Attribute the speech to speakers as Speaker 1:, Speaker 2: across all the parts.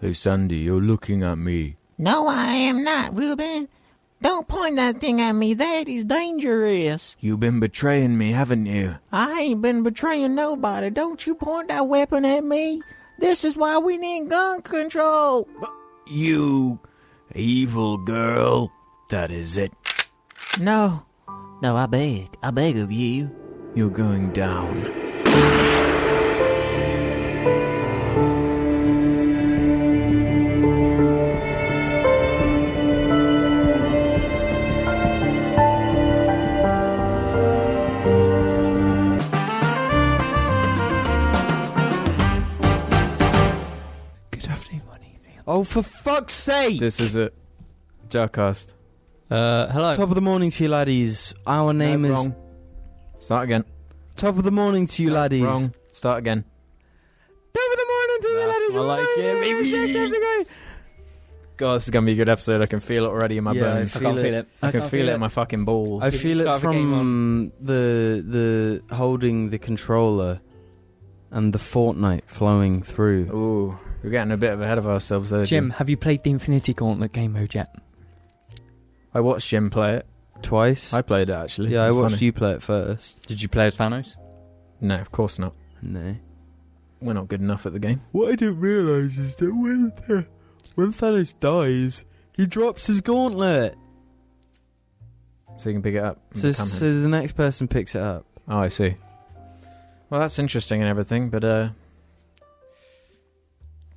Speaker 1: Hey, Sandy, you're looking at me.
Speaker 2: No, I am not, Reuben. Don't point that thing at me. That is dangerous.
Speaker 1: You've been betraying me, haven't you?
Speaker 2: I ain't been betraying nobody. Don't you point that weapon at me. This is why we need gun control.
Speaker 1: You evil girl. That is it.
Speaker 2: No. No, I beg. I beg of you.
Speaker 1: You're going down.
Speaker 3: Good afternoon, good evening.
Speaker 4: Oh, for fuck's sake!
Speaker 5: This is it. Jarcast.
Speaker 4: Uh,
Speaker 5: Oh.
Speaker 4: hello.
Speaker 3: Top of the morning to you, laddies. Our name
Speaker 1: No,
Speaker 3: is.
Speaker 1: wrong. Start again.
Speaker 3: Top of the morning to you, laddies.
Speaker 1: Wrong. Start again.
Speaker 3: Top of the morning to
Speaker 5: That's
Speaker 3: you,
Speaker 5: more like
Speaker 3: laddies.
Speaker 5: God, this is gonna be a good episode. I can feel it already in my
Speaker 3: Yeah,
Speaker 5: bones.
Speaker 3: I
Speaker 5: I,
Speaker 3: feel
Speaker 5: can't feel
Speaker 3: it.
Speaker 5: it. I, can feel, it in my fucking balls.
Speaker 3: I feel it
Speaker 5: Start the game on.
Speaker 3: from the the holding the controller and the Fortnite flowing through.
Speaker 5: Ooh, we're getting a bit ahead of ourselves there.
Speaker 4: Jim, have you played the Infinity Gauntlet game mode yet?
Speaker 5: I watched Jim play it.
Speaker 3: Twice.
Speaker 5: I played it actually.
Speaker 3: yeah, I
Speaker 5: It was
Speaker 3: watched
Speaker 5: funny.
Speaker 3: you play it first.
Speaker 4: Did you play as Thanos?
Speaker 5: No, of course not.
Speaker 3: No.
Speaker 5: We're not good enough at the game.
Speaker 3: What I didn't realise is that when the, when Thanos dies, he drops his gauntlet.
Speaker 5: So you can pick it up. and
Speaker 3: So
Speaker 5: become him.
Speaker 3: so the next person picks it up.
Speaker 5: Oh, I see. Well, that's interesting and everything, but uh,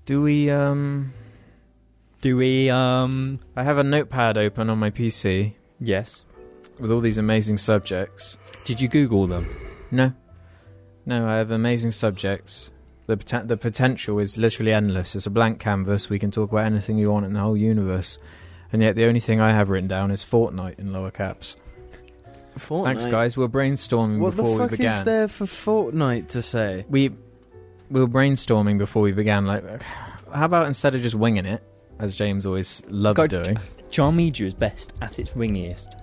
Speaker 5: do we? Um,
Speaker 4: Do we? Um.
Speaker 5: I have a notepad open on my PC
Speaker 4: Yes.
Speaker 5: with all these amazing subjects.
Speaker 4: Did you Google them?
Speaker 5: No, no, I have amazing subjects. The poten- the potential is literally endless. It's a blank canvas. We can talk about anything you want in the whole universe. And yet, the only thing I have written down is Fortnite in lower caps.
Speaker 3: Fortnite.
Speaker 5: Thanks, guys. We We're brainstorming
Speaker 3: What the
Speaker 5: before
Speaker 3: fuck
Speaker 5: we began.
Speaker 3: is there for Fortnite to say?
Speaker 5: we we were brainstorming before we began. Like, how about instead of just winging it, as James always loves
Speaker 4: God.
Speaker 5: doing?
Speaker 4: Charmedia is best at its wingiest.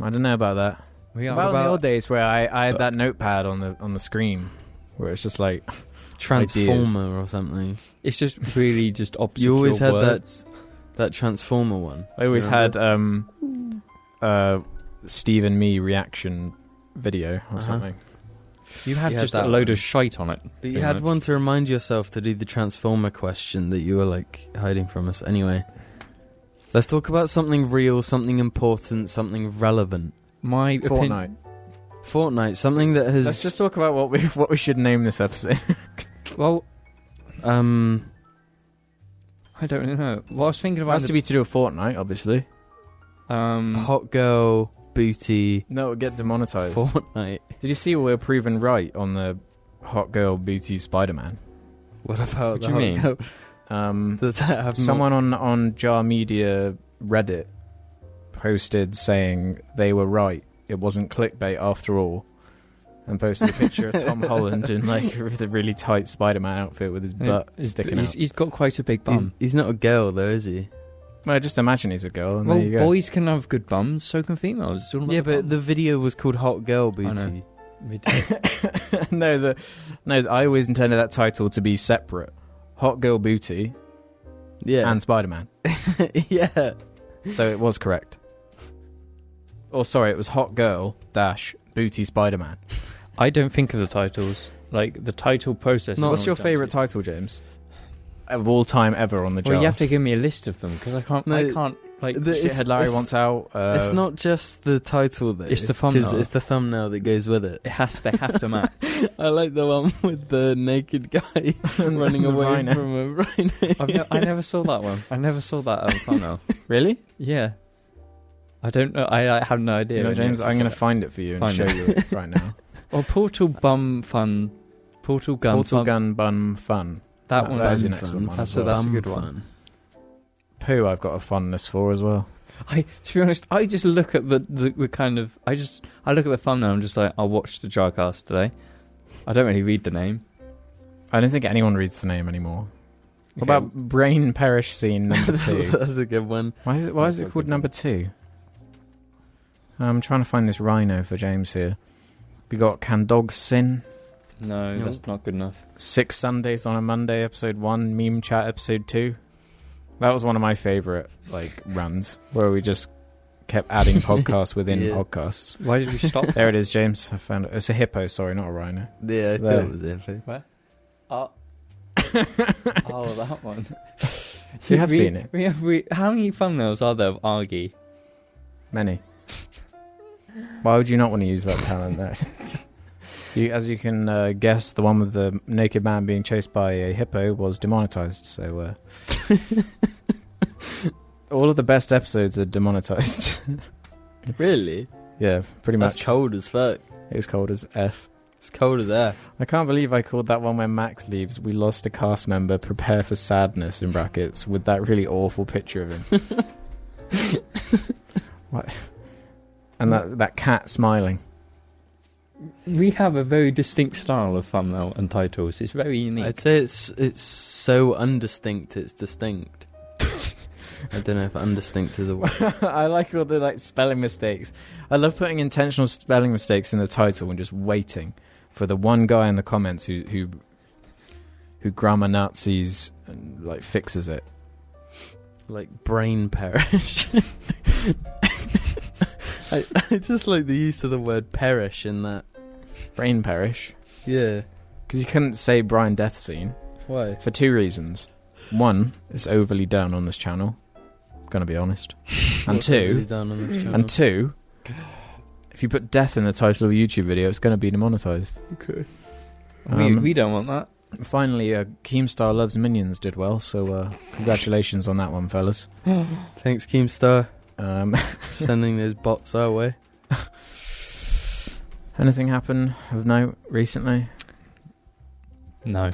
Speaker 5: I don't know about that.
Speaker 4: We
Speaker 5: about, in the old days where I, I
Speaker 3: Uh,
Speaker 5: had that notepad on the on the screen, where it's just like
Speaker 3: Transformer
Speaker 5: Ideas.
Speaker 3: or something.
Speaker 4: It's just really just obscure
Speaker 3: You always had
Speaker 4: words.
Speaker 3: that that Transformer one.
Speaker 5: I always
Speaker 3: Remember?
Speaker 5: had um uh Steve and me reaction video or
Speaker 3: Uh-huh.
Speaker 5: something.
Speaker 4: You had
Speaker 3: You had
Speaker 4: just
Speaker 3: that
Speaker 4: a load
Speaker 3: one.
Speaker 4: of shite on it.
Speaker 3: But you
Speaker 4: Yeah.
Speaker 3: had one to remind yourself to do the Transformer question that you were like hiding from us. Anyway, let's talk about something real, something important, something relevant.
Speaker 4: My opinion.
Speaker 5: Fortnite.
Speaker 3: Fortnite, something that has
Speaker 5: Let's just talk about what we what we should name this episode.
Speaker 4: Well,
Speaker 3: um
Speaker 4: I don't know. Well, I was thinking
Speaker 5: It
Speaker 4: about
Speaker 5: has to be to do with Fortnite, obviously.
Speaker 4: um.
Speaker 3: hot girl booty
Speaker 5: No, it'll get demonetized.
Speaker 3: Fortnite.
Speaker 5: Did you see we were proven right on the hot girl booty Spider Man?
Speaker 3: What about
Speaker 4: What
Speaker 3: the
Speaker 4: do
Speaker 3: hot
Speaker 4: you mean?
Speaker 3: girl-
Speaker 5: Um,
Speaker 3: Does that have more-
Speaker 5: someone on on Jar Media Reddit posted saying they were right. It wasn't clickbait after all, and posted a picture of Tom Holland in like with a really tight Spider Man outfit with his
Speaker 4: uh,
Speaker 5: butt
Speaker 4: he's-
Speaker 5: sticking
Speaker 4: he's,
Speaker 5: out.
Speaker 4: he's got quite a big
Speaker 3: He's,
Speaker 4: bum.
Speaker 3: he's not a girl though, is he?
Speaker 5: Well, just imagine he's a girl, and
Speaker 4: well,
Speaker 5: there you go.
Speaker 4: boys can have good bums, so can females. It's all about
Speaker 3: Yeah,
Speaker 4: the
Speaker 3: but
Speaker 4: bum.
Speaker 3: the video was called Hot Girl Booty.
Speaker 4: know. We do.
Speaker 5: no, the no, I always intended that title to be separate: Hot Girl Booty
Speaker 3: Yeah.
Speaker 5: and Spider Man.
Speaker 3: yeah.
Speaker 5: So it was correct. Or sorry, it was Hot Girl Dash Booty Spider Man.
Speaker 4: I don't think of the titles. Like the title process.
Speaker 3: No,
Speaker 4: is
Speaker 5: What's
Speaker 4: what
Speaker 5: your
Speaker 4: I'm
Speaker 5: favourite
Speaker 4: down
Speaker 5: title, James? Of all time ever on the
Speaker 4: to.
Speaker 5: jar.
Speaker 4: Well, you have to give me a list of them because I can't.
Speaker 3: No,
Speaker 4: I can't. Like
Speaker 3: the-
Speaker 5: Shithead
Speaker 3: it's-
Speaker 5: Larry
Speaker 3: it's-
Speaker 5: wants out. Uh,
Speaker 3: it's not just the title though.
Speaker 4: It's the
Speaker 3: 'cause
Speaker 4: thumbnail.
Speaker 3: It's the thumbnail that goes with it.
Speaker 4: it has. They have to match.
Speaker 3: I like the one with the naked guy running
Speaker 5: the
Speaker 3: away
Speaker 5: rhino.
Speaker 3: from a rhino.
Speaker 4: I've ne- I never saw that one. I never saw that um, thumbnail.
Speaker 5: really.
Speaker 4: Yeah. I don't know. I, I have no idea.
Speaker 5: You know,
Speaker 4: when
Speaker 5: James,
Speaker 4: it's
Speaker 5: I'm going to
Speaker 4: like-
Speaker 5: find it for you and
Speaker 4: Find
Speaker 5: show
Speaker 4: it.
Speaker 5: you it right now.
Speaker 4: Or Portal Bum Fun. Portal Gun
Speaker 5: Portal
Speaker 4: Fun.
Speaker 5: Gun Bun Fun.
Speaker 4: That
Speaker 5: No,
Speaker 4: one.
Speaker 5: that is
Speaker 4: was-
Speaker 5: an excellent one.
Speaker 4: That's a- that's a good one.
Speaker 5: Poo, I've got a fondness for as well.
Speaker 4: I, to be honest, I just look at the, the, the kind of. I just. I look at the thumbnail and I'm just like, I'll watch the Jarcast today. I don't really read the name.
Speaker 5: I don't think anyone reads the name anymore. What
Speaker 4: Okay.
Speaker 5: about Brain Perish Scene Number
Speaker 3: that's, a,
Speaker 5: Two?
Speaker 3: that's a good one.
Speaker 5: Why is it, why
Speaker 4: That's
Speaker 5: is
Speaker 4: a
Speaker 5: it called
Speaker 4: good
Speaker 5: Number Two? I'm trying to find this rhino for James here. We got Can Dogs Sin?
Speaker 4: No,
Speaker 3: No.
Speaker 4: that's not good enough.
Speaker 5: Six Sundays on a Monday, episode one, meme chat, episode two. That was one of my favorite like runs where we just kept adding podcasts within
Speaker 3: Yeah.
Speaker 5: podcasts.
Speaker 4: Why did we stop?
Speaker 5: There it is, James. I found it. It's a hippo. Sorry, not a rhino.
Speaker 3: Yeah, I
Speaker 5: There.
Speaker 3: thought it was eh? epic.
Speaker 4: oh, oh, that one.
Speaker 5: You have
Speaker 4: we,
Speaker 5: seen it.
Speaker 4: We have, we, how many thumbnails are there of Argy?
Speaker 5: Many. Why would you not want to use that talent there? You, as you can uh, guess, the one with the naked man being chased by a hippo was demonetized. So, uh, all of the best episodes are demonetized.
Speaker 3: Really?
Speaker 5: yeah, pretty
Speaker 3: That's
Speaker 5: much.
Speaker 3: cold as fuck.
Speaker 5: it was cold as f.
Speaker 3: It's cold as F.
Speaker 5: I can't believe I called that one when Max leaves. We lost a cast member. Prepare for sadness in brackets with that really awful picture of him. what? And that that cat smiling.
Speaker 4: We have a very distinct style of thumbnail and titles. It's very unique.
Speaker 3: I'd say it's it's so undistinct. It's distinct. I don't know if undistinct is a word.
Speaker 5: I like all the like spelling mistakes. I love putting intentional spelling mistakes in the title and just waiting for the one guy in the comments who who who grammar Nazis and like fixes it.
Speaker 3: like brain perish. I, I just like the use of the word perish in that.
Speaker 5: Brain perish
Speaker 3: Yeah.
Speaker 5: because you couldn't say Brian death scene
Speaker 3: Why?
Speaker 5: for two reasons. One, it's overly done on this channel. Gonna be honest. And
Speaker 3: What's really
Speaker 5: two,
Speaker 3: done on this channel?
Speaker 5: and two, if you put death in the title of a YouTube video, it's gonna be demonetized.
Speaker 3: Okay.
Speaker 4: we,
Speaker 5: Um,
Speaker 4: we don't want that.
Speaker 5: Finally, uh, Keemstar Loves Minions did well, so uh, congratulations on that one, fellas.
Speaker 3: Thanks, Keemstar,
Speaker 5: Um,
Speaker 3: for sending those bots our way.
Speaker 5: anything happen of note recently?
Speaker 4: No.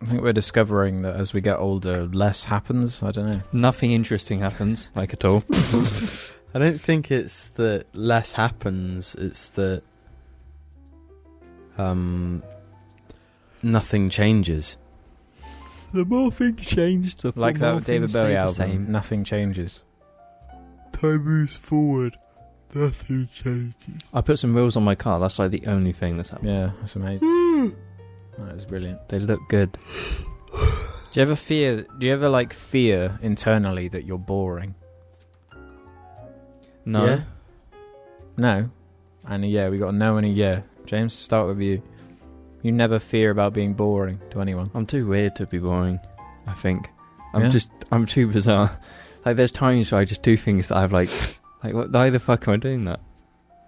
Speaker 5: I think we're discovering that as we get older, less happens. I don't know.
Speaker 4: Nothing interesting happens, like at all.
Speaker 3: I don't think it's that less happens. It's that um nothing changes.
Speaker 4: the more things change, the
Speaker 5: Like that David Bowie album,
Speaker 4: Same.
Speaker 5: nothing changes.
Speaker 3: Time moves forward. Nothing changes.
Speaker 4: I put some wheels on my car. That's like the only thing that's happened.
Speaker 5: Yeah, that's amazing. that is brilliant.
Speaker 4: They look good.
Speaker 5: Do you ever fear? Do you ever like fear internally that you're boring?
Speaker 4: No.
Speaker 3: Yeah.
Speaker 5: No. And a yeah, we got a no and a yeah. James, start with you. You never fear about being boring to anyone.
Speaker 4: I'm too weird to be boring. I think I'm
Speaker 5: Yeah?
Speaker 4: just I'm too bizarre. Like there's times where I just do things that I've like like what, why the fuck am I doing that?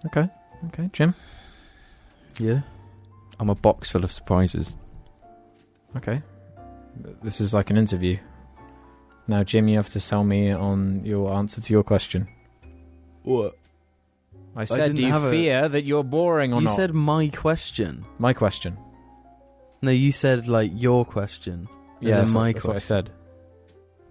Speaker 5: Okay, Jim.
Speaker 3: Yeah.
Speaker 4: I'm a box full of surprises.
Speaker 5: Okay. This is like an interview. Now, Jim, you have to sell me on your answer to your question.
Speaker 3: What?
Speaker 5: I said,
Speaker 3: didn't
Speaker 5: do
Speaker 3: have
Speaker 5: you
Speaker 3: a-
Speaker 5: fear that you're boring or
Speaker 3: you
Speaker 5: not?
Speaker 3: said my question.
Speaker 5: my question.
Speaker 3: No, you said like your question. As in
Speaker 5: that's, what-
Speaker 3: my
Speaker 5: that's what I
Speaker 3: question.
Speaker 5: said.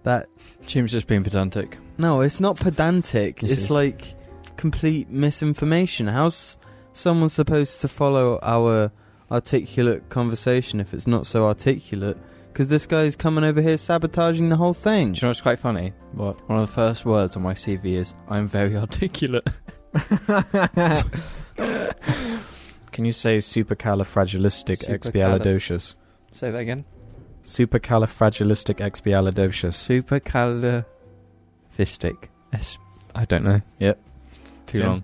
Speaker 3: That
Speaker 4: Jim's just being pedantic.
Speaker 3: no, it's not pedantic.
Speaker 4: This
Speaker 3: it's
Speaker 4: is-
Speaker 3: like complete misinformation. How's someone supposed to follow our articulate conversation if it's not so articulate? Because this guy's coming over here sabotaging the whole thing.
Speaker 4: Do you know what's quite funny?
Speaker 5: What?
Speaker 4: One of the first words on my CV is I'm very articulate.
Speaker 5: Can you say supercalifragilisticexpialidocious?
Speaker 4: Say that again.
Speaker 5: Supercalifragilisticexpialidocious.
Speaker 4: Supercalifistic. Es- I don't know.
Speaker 5: Yep.
Speaker 4: Too
Speaker 5: Jim?
Speaker 4: long.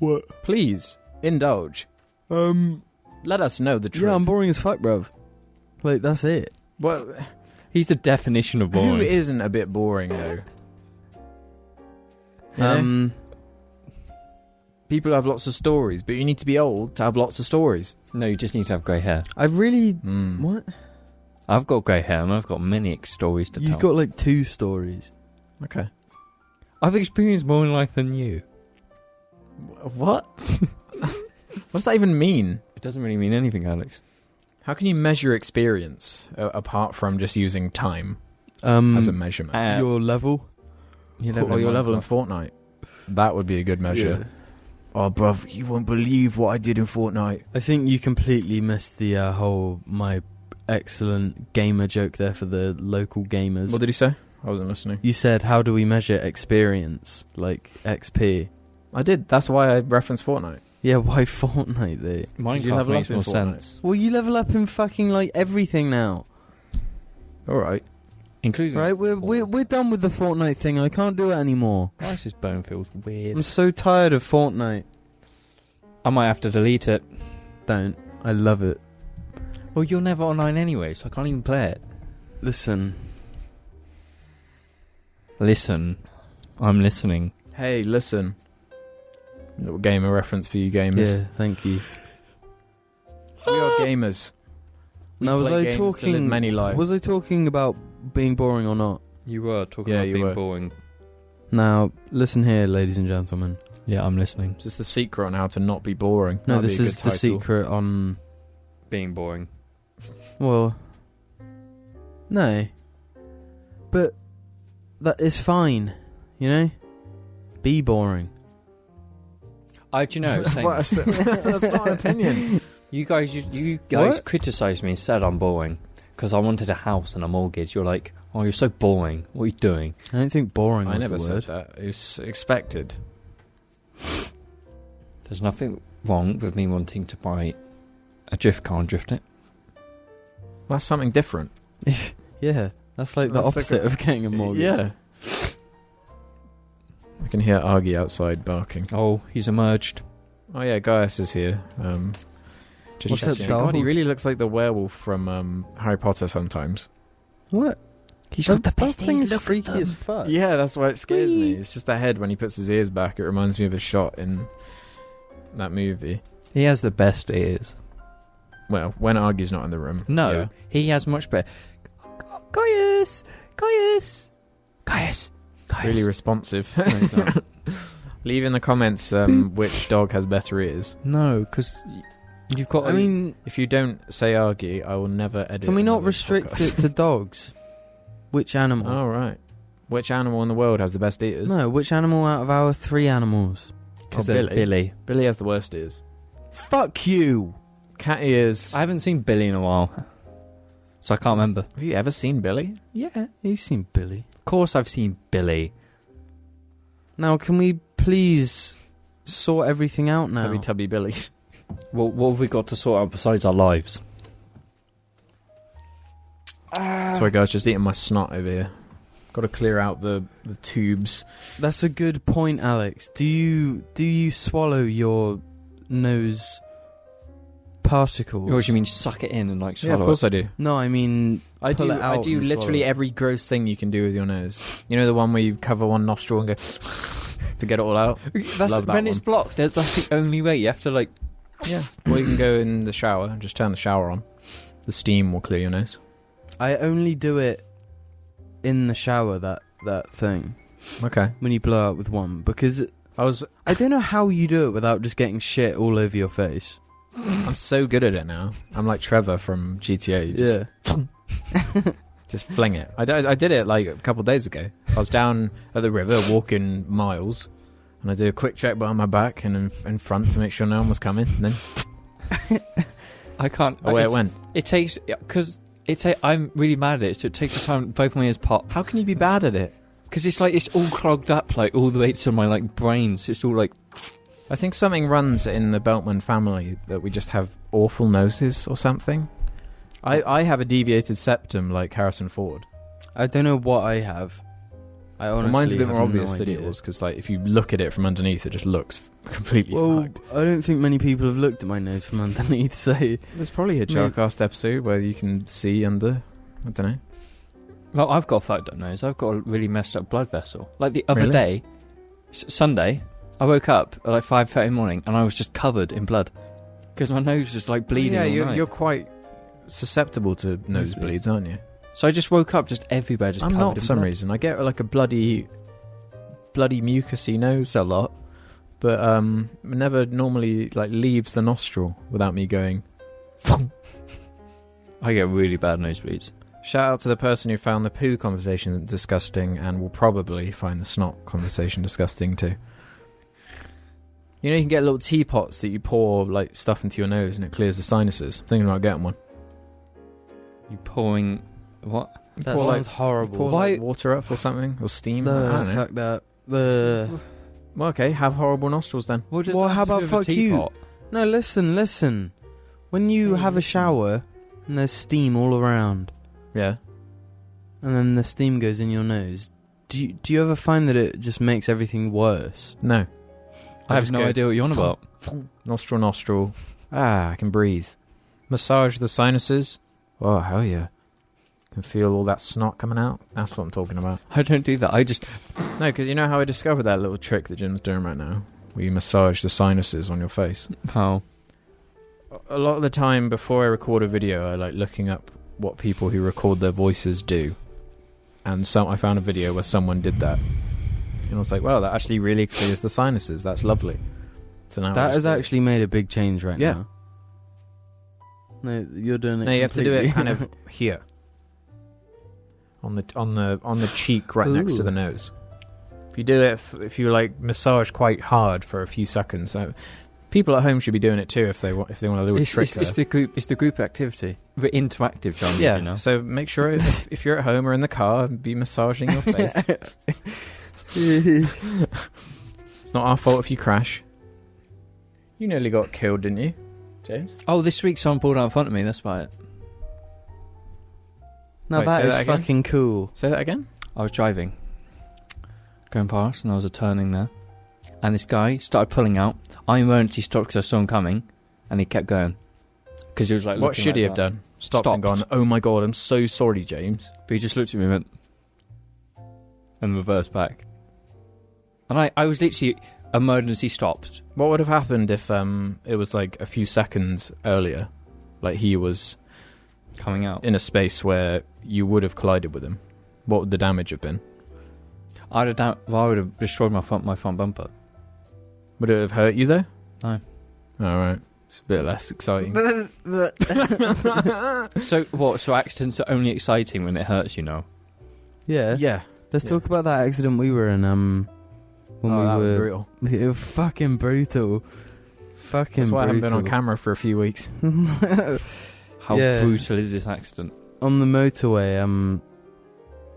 Speaker 3: What?
Speaker 5: Please indulge.
Speaker 3: Um.
Speaker 5: Let us know the truth.
Speaker 3: Yeah, I'm boring as fuck, bruv. Like that's it.
Speaker 5: Well,
Speaker 4: He's the definition of boring.
Speaker 5: who isn't a bit boring though? You know?
Speaker 3: Um.
Speaker 5: people have lots of stories, but you need to be old to have lots of stories.
Speaker 4: No, you just need to have grey hair.
Speaker 3: I really.
Speaker 5: Mm.
Speaker 3: What?
Speaker 4: I've got grey hair and I've got many ex- stories to
Speaker 3: You've
Speaker 4: tell.
Speaker 3: got like two stories.
Speaker 5: Okay.
Speaker 4: I've experienced more in life than you.
Speaker 5: What? what does that even mean?
Speaker 4: It doesn't really mean anything, Alex.
Speaker 5: How can you measure experience uh, apart from just using time
Speaker 3: Um.
Speaker 5: as a measurement?
Speaker 4: Uh,
Speaker 3: your level.
Speaker 4: your
Speaker 5: or your
Speaker 4: in Minecraft.
Speaker 5: level in Fortnite. That would be a good measure. Oh, bruv, you won't believe what I did in Fortnite.
Speaker 3: I think you completely missed the uh, whole my excellent gamer joke there for the local gamers.
Speaker 5: What did he say? I wasn't listening.
Speaker 3: you said, "How do we measure experience? Like XP?"
Speaker 5: I did. That's why I referenced Fortnite.
Speaker 3: Yeah, why Fortnite? They
Speaker 5: Did you
Speaker 4: Minecraft
Speaker 5: level
Speaker 4: makes
Speaker 5: up in
Speaker 4: more
Speaker 5: Fortnite?
Speaker 4: sense.
Speaker 3: well, you level up in fucking like everything now.
Speaker 5: All right.
Speaker 4: including
Speaker 3: Right, we're, we're, we're done with the Fortnite thing. I can't do it anymore.
Speaker 4: Why is this bone feels
Speaker 3: I'm
Speaker 4: weird?
Speaker 3: so tired of Fortnite.
Speaker 4: I might have to delete it.
Speaker 3: Don't. I love it.
Speaker 4: Well, you're never online anyway, so I can't even play it.
Speaker 3: Listen.
Speaker 4: Listen, I'm listening.
Speaker 5: Hey, listen. Little gamer reference for you gamers.
Speaker 3: Yeah, thank you.
Speaker 5: We are gamers. We
Speaker 3: now, was
Speaker 5: play
Speaker 3: I
Speaker 5: games to live
Speaker 3: talking?
Speaker 5: many lives?
Speaker 3: Was I talking about being boring or not?
Speaker 4: You were talking
Speaker 5: Yeah,
Speaker 4: about
Speaker 5: you
Speaker 4: being
Speaker 5: were.
Speaker 4: boring.
Speaker 3: Now, listen here, ladies and gentlemen.
Speaker 4: Yeah, I'm listening.
Speaker 5: It's just the secret on how to not be boring.
Speaker 3: No,
Speaker 5: That'd
Speaker 3: this
Speaker 5: be a
Speaker 3: is
Speaker 5: good
Speaker 3: the
Speaker 5: title.
Speaker 3: secret on.
Speaker 4: Being boring.
Speaker 3: Well, no, but that is fine. You know, be boring.
Speaker 4: I do you know.
Speaker 5: That's
Speaker 4: same.
Speaker 5: what I said. That's not an opinion.
Speaker 4: You guys, you, you guys
Speaker 3: What?
Speaker 4: criticised me and said I'm boring because I wanted a house and a mortgage. You're like, oh, you're so boring. What are you doing?
Speaker 3: I don't think boring
Speaker 5: I
Speaker 3: was
Speaker 5: never
Speaker 3: the
Speaker 5: said
Speaker 3: word.
Speaker 5: that. It's expected.
Speaker 4: There's nothing wrong with me wanting to buy a drift car and drift it.
Speaker 5: That's something different.
Speaker 3: yeah, that's like the
Speaker 5: That's like
Speaker 3: opposite
Speaker 5: a-
Speaker 3: of getting a mortgage.
Speaker 5: Yeah. I can hear Argy outside barking.
Speaker 4: Oh, he's emerged.
Speaker 5: Oh yeah, Gaius is here. Um, just
Speaker 3: What's that
Speaker 5: checking. God, he
Speaker 3: dog?
Speaker 5: really looks like the werewolf from um, Harry Potter sometimes.
Speaker 3: What?
Speaker 2: He's
Speaker 3: That- that thing is freaky as fuck.
Speaker 5: Yeah, that's why it scares me. It's just the head when he puts his ears back. It reminds me of a shot in that movie.
Speaker 4: He has the best ears.
Speaker 5: Well, when Argy's not in the room.
Speaker 4: No,
Speaker 5: Yeah.
Speaker 4: he has much better. Gaius, Gaius, Gaius, Gaius.
Speaker 5: Really responsive.
Speaker 4: No, he's not.
Speaker 5: Leave in the comments um, which dog has better ears.
Speaker 4: no, because you've got.
Speaker 3: I mean,
Speaker 5: If you don't say Argy, I will never edit.
Speaker 3: can we not
Speaker 5: another
Speaker 3: restrict
Speaker 5: podcast. Oh,
Speaker 3: it to dogs? Which animal?
Speaker 5: All right. Which animal in the world has the best ears?
Speaker 3: No, which animal out of our three animals?
Speaker 4: because
Speaker 5: Oh,
Speaker 4: there's
Speaker 5: Billy.
Speaker 4: Billy.
Speaker 5: Billy has the worst ears.
Speaker 3: Fuck you!
Speaker 5: Cat ears.
Speaker 4: I haven't seen Billy in a while, so I can't remember.
Speaker 5: Have you ever seen Billy?
Speaker 4: Yeah.
Speaker 3: He's seen Billy.
Speaker 4: Of course, I've seen Billy.
Speaker 3: Now, can we please sort everything out now?
Speaker 5: Tubby Tubby Billy.
Speaker 4: Well, what have we got to sort out besides our lives? Ah.
Speaker 5: Sorry, guys, just eating my snot over here. Got to clear out the, the tubes.
Speaker 3: That's a good point, Alex. Do you do you swallow your nose particles?
Speaker 4: Or do "Oh, you mean suck it in and like swallow
Speaker 5: yeah, of course
Speaker 4: it?
Speaker 5: I do.
Speaker 3: No, I mean
Speaker 5: I
Speaker 3: Pull
Speaker 5: do.
Speaker 3: it out
Speaker 5: I do
Speaker 3: and
Speaker 5: literally
Speaker 3: swallow it.
Speaker 5: every gross thing you can do with your nose. You know the one where you cover one nostril and go to get it all out.
Speaker 4: That's
Speaker 5: Love that
Speaker 4: when it's
Speaker 5: one.
Speaker 4: blocked. That's, that's the only way. You have to like.
Speaker 5: Yeah. Or you can go in the shower and just turn the shower on. The steam will clear your nose.
Speaker 3: I only do it in the shower. That that thing
Speaker 5: Okay.
Speaker 3: when you blow out with one because
Speaker 5: I was.
Speaker 3: I don't know how you do it without just getting shit all over your face.
Speaker 5: I'm so good at it now. I'm like Trevor from GTA. You just
Speaker 3: Yeah,
Speaker 5: Just fling it. I, d- I did it like a couple days ago. I was down at the river walking miles, and I did a quick check behind my back and in, in front to make sure no one was coming. And then
Speaker 4: I can't.
Speaker 5: away
Speaker 4: I,
Speaker 5: it went.
Speaker 4: It takes because it's. i I'm really mad at it. So it takes the time. Both my ears pop
Speaker 5: How can you be bad at it?
Speaker 4: because it's like it's all clogged up, like all the way to my like brain. So it's all like.
Speaker 5: I think something runs in the Beltman family that we just have awful noses or something. I, I have a deviated septum like Harrison Ford.
Speaker 3: I don't know what I have. I honestly
Speaker 5: Mine's a bit
Speaker 3: have
Speaker 5: more
Speaker 3: no
Speaker 5: obvious than
Speaker 3: idea.
Speaker 5: yours because like if you look at it from underneath, it just looks completely
Speaker 3: Well,
Speaker 5: fucked.
Speaker 3: I don't think many people have looked at my nose from underneath. So
Speaker 5: There's probably a
Speaker 3: Maybe-
Speaker 5: Jarcast episode where you can see under. I don't know.
Speaker 4: Well, I've got a fucked up nose. I've got a really messed up blood vessel. Like the other
Speaker 5: Really?
Speaker 4: day, s- Sunday, I woke up at like five thirty in the morning and I was just covered in blood because my nose was just like bleeding.
Speaker 5: Yeah,
Speaker 4: all
Speaker 5: you're,
Speaker 4: night.
Speaker 5: you're quite susceptible to nosebleeds, aren't you?
Speaker 4: So I just woke up, just everywhere, just
Speaker 5: I'm
Speaker 4: covered
Speaker 5: not
Speaker 4: in
Speaker 5: for some
Speaker 4: blood.
Speaker 5: reason. I get like a bloody, bloody mucousy nose a lot, but um, it never normally like leaves the nostril without me going. "Thunk."
Speaker 4: I get really bad nosebleeds.
Speaker 5: Shout out to the person who found the poo conversation disgusting and will probably find the snot conversation disgusting too. You know, you can get little teapots that you pour like stuff into your nose and it clears the sinuses. I'm thinking about getting one.
Speaker 4: You pouring what?
Speaker 3: that
Speaker 5: Pour, like-
Speaker 3: sounds horrible.
Speaker 5: Pour
Speaker 4: Why-
Speaker 5: like, water up or something or steam.
Speaker 3: No,
Speaker 5: I don't know.
Speaker 3: fuck that.
Speaker 5: Uh,
Speaker 3: The
Speaker 5: Well, okay, have horrible nostrils then.
Speaker 4: What
Speaker 3: Well,
Speaker 4: that
Speaker 3: how
Speaker 4: have to
Speaker 3: about
Speaker 4: do with
Speaker 3: fuck
Speaker 4: a
Speaker 3: you?
Speaker 4: teapot?
Speaker 3: no, listen, listen. When you
Speaker 4: Hey,
Speaker 3: have a
Speaker 4: listen.
Speaker 3: shower and there's steam all around,
Speaker 5: Yeah.
Speaker 3: and then the steam goes in your nose, do you, do you ever find that it just makes everything worse?
Speaker 5: No.
Speaker 4: I have
Speaker 5: just
Speaker 4: no
Speaker 5: go-
Speaker 4: idea what you're on about.
Speaker 5: Nostril, nostril. Ah, I can breathe. Massage the sinuses. Oh, hell yeah. Can feel all that snot coming out. That's what I'm talking about.
Speaker 4: I don't do that. I just
Speaker 5: No, because you know how I discovered that little trick that Jim's doing right now? Where you massage the sinuses on your face.
Speaker 4: oh
Speaker 5: A lot of the time before I record a video, I like looking up what people who record their voices do. And some, I found a video where someone did that. And I was like, wow, that actually really clears the sinuses. That's lovely. So now I
Speaker 3: that
Speaker 5: just
Speaker 3: has
Speaker 5: do it.
Speaker 3: actually made a big change right
Speaker 5: Yeah.
Speaker 3: now. No, you're doing it.
Speaker 5: No, you have to do it kind
Speaker 3: completely.
Speaker 5: of here. On the on the on the cheek, right next to
Speaker 3: Ooh.
Speaker 5: the nose. If you do it, if, if you like massage quite hard for a few seconds, uh, people at home should be doing it too if they want if they want to do a
Speaker 4: it's,
Speaker 5: trick.
Speaker 4: it's, it's the group it's the group activity. We're interactive, John,
Speaker 5: there. yeah,
Speaker 4: you know.
Speaker 5: so make sure if, if you're at home or in the car, be massaging your face. it's not our fault if you crash. You nearly got killed, didn't you, James?
Speaker 4: Oh, this week someone pulled out in front of me, that's about it.
Speaker 3: now
Speaker 5: Wait,
Speaker 3: that
Speaker 5: say
Speaker 3: is
Speaker 5: that again?
Speaker 3: fucking cool.
Speaker 5: Say that again.
Speaker 4: I was driving, going past, and I was turning there, and this guy started pulling out. I emergency stopped because I saw him coming, and he kept going because he was like,
Speaker 5: what
Speaker 4: looking
Speaker 5: should
Speaker 4: like
Speaker 5: he have
Speaker 4: that.
Speaker 5: done? Stopped, and gone.
Speaker 4: Stopped.
Speaker 5: Oh my god, I'm so sorry, James.
Speaker 4: But he just looked at me and went, and reversed back. And I, I was literally emergency stopped.
Speaker 5: What would have happened if um it was like a few seconds earlier, like he was
Speaker 4: Coming out,
Speaker 5: in a space where you would have collided with him? What would the damage have been?
Speaker 4: I'd have down, well, I would have destroyed my front my front bumper.
Speaker 5: Would it have hurt you though?
Speaker 4: No.
Speaker 5: All right, it's a bit less exciting.
Speaker 4: so what? So accidents are only exciting when it hurts, you know.
Speaker 3: yeah.
Speaker 5: yeah,
Speaker 3: Let's
Speaker 5: Yeah.
Speaker 3: talk about that accident we were in. Um, when
Speaker 5: Oh, that
Speaker 3: we
Speaker 5: was
Speaker 3: were
Speaker 5: brutal.
Speaker 3: it was fucking brutal. Fucking
Speaker 5: That's why I haven't
Speaker 3: brutal.
Speaker 5: been on camera for a few weeks.
Speaker 4: How
Speaker 3: Yeah.
Speaker 4: brutal is this accident?
Speaker 3: on the motorway, um,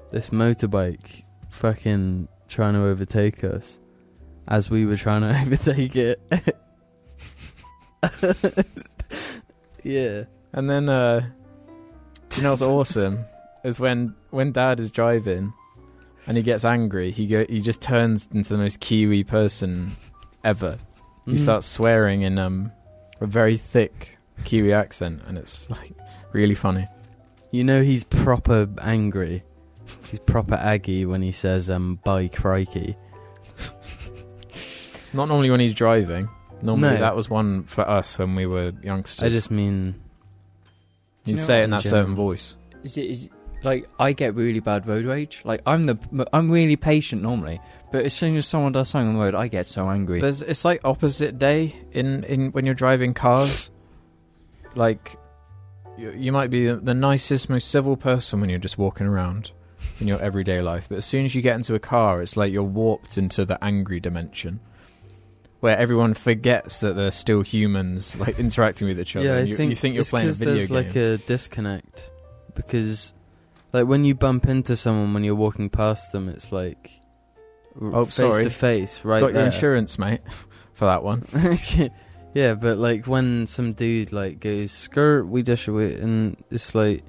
Speaker 3: this motorbike fucking trying to overtake us as we were trying to overtake it. yeah.
Speaker 5: And then, uh, you know what's awesome is when when Dad is driving and he gets angry, he go he just turns into the most Kiwi person ever. He
Speaker 3: Mm.
Speaker 5: starts swearing in um, a very thick Kiwi accent, and it's like really funny.
Speaker 3: You know he's proper angry. He's proper aggy when he says um by crikey.
Speaker 5: Not normally when he's driving. Normally
Speaker 3: No.
Speaker 5: that was one for us when we were youngsters.
Speaker 3: I just mean
Speaker 5: you'd
Speaker 4: You know
Speaker 5: say it in
Speaker 3: what?
Speaker 5: that
Speaker 3: In
Speaker 5: certain
Speaker 3: general.
Speaker 5: voice.
Speaker 4: Is it is like I get really bad road rage. Like I'm the I'm really patient normally, but as soon as someone does something on the road, I get so angry.
Speaker 5: There's it's like opposite day in, in when you're driving cars. like you, you might be the nicest, most civil person when you're just walking around in your everyday life, but as soon as you get into a car, it's like you're warped into the angry dimension. Where everyone forgets that they're still humans, like interacting with each other.
Speaker 3: Yeah, I
Speaker 5: and you,
Speaker 3: think
Speaker 5: you think you're
Speaker 3: it's
Speaker 5: playing a
Speaker 3: 'cause
Speaker 5: video
Speaker 3: there's
Speaker 5: game.
Speaker 3: like a disconnect because, like, when you bump into someone when you're walking past them, it's like r-
Speaker 5: Oh,
Speaker 3: face
Speaker 5: sorry.
Speaker 3: to face, right
Speaker 5: Got your
Speaker 3: there.
Speaker 5: insurance, mate, for that one.
Speaker 3: yeah, but like when some dude like goes skirt, we dash away, and it's like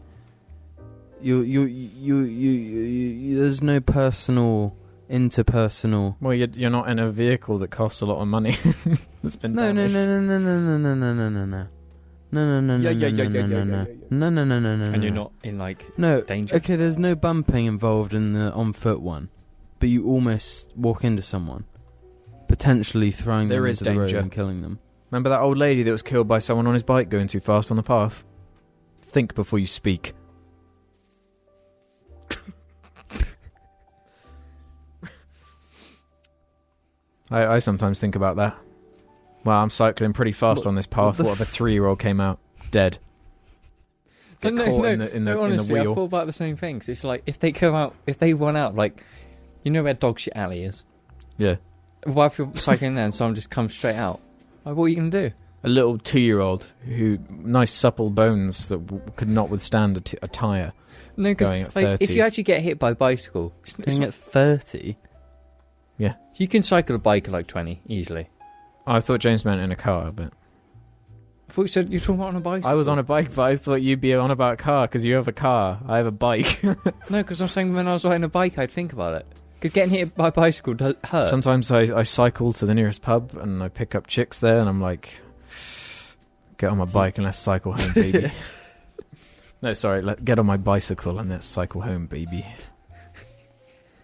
Speaker 3: you, you, you, you, you, you, you there's no personal, interpersonal.
Speaker 5: Well, you're, you're not in a vehicle that costs a lot of money. That's been
Speaker 3: No, no,
Speaker 5: damaged.
Speaker 3: no, no, no, no, no, no, no, no, no. No, no, no, no,
Speaker 4: Yeah, yeah,
Speaker 3: no,
Speaker 4: yeah,
Speaker 3: no,
Speaker 4: yeah,
Speaker 3: no,
Speaker 4: yeah,
Speaker 3: no.
Speaker 4: yeah,
Speaker 3: No, no, no, no, no.
Speaker 4: and you're
Speaker 3: no.
Speaker 4: not in like
Speaker 3: No,
Speaker 4: danger.
Speaker 3: Okay, there's no bumping involved in the on foot one, but you almost walk into someone, potentially throwing
Speaker 5: There
Speaker 3: them
Speaker 5: is
Speaker 3: into the
Speaker 5: danger.
Speaker 3: road and killing them.
Speaker 5: Remember that old lady that was killed by someone on his bike going too fast on the path? Think before you speak. I, I sometimes think about that. Well, I'm cycling pretty fast
Speaker 3: What-
Speaker 5: on this path.
Speaker 3: what the
Speaker 5: What if a three year old came out dead? Get
Speaker 4: No,
Speaker 5: caught
Speaker 4: no,
Speaker 5: in the, in the,
Speaker 4: no,
Speaker 5: in the
Speaker 4: honestly, I
Speaker 5: wheel.
Speaker 4: thought about the same things. It's like if they come out, if they run out, like you know where dog shit alley is.
Speaker 5: Yeah.
Speaker 4: Why if you're cycling there and someone just comes straight out? Like, what are you gonna do?
Speaker 5: A little two year old who, nice supple bones that w- could not withstand a, t- a tyre
Speaker 4: No, because
Speaker 5: going at
Speaker 4: like,
Speaker 5: 30.
Speaker 4: if you actually get hit by a bicycle, it's, it's,
Speaker 3: Going at thirty,
Speaker 4: you can cycle a bike at like twenty easily.
Speaker 5: I thought James meant in a car, but
Speaker 4: I thought you said you were talking about on a bicycle.
Speaker 5: I was on a bike, but I thought you'd be on about a car because you have a car. I have a bike.
Speaker 4: No, because I'm saying when I was riding a bike, I'd think about it. Because getting hit by a bicycle does hurt.
Speaker 5: Sometimes I, I cycle to the nearest pub and I pick up chicks there, and I'm like, get on my bike and let's cycle home, baby. no, sorry, let, get on my bicycle and let's cycle home, baby.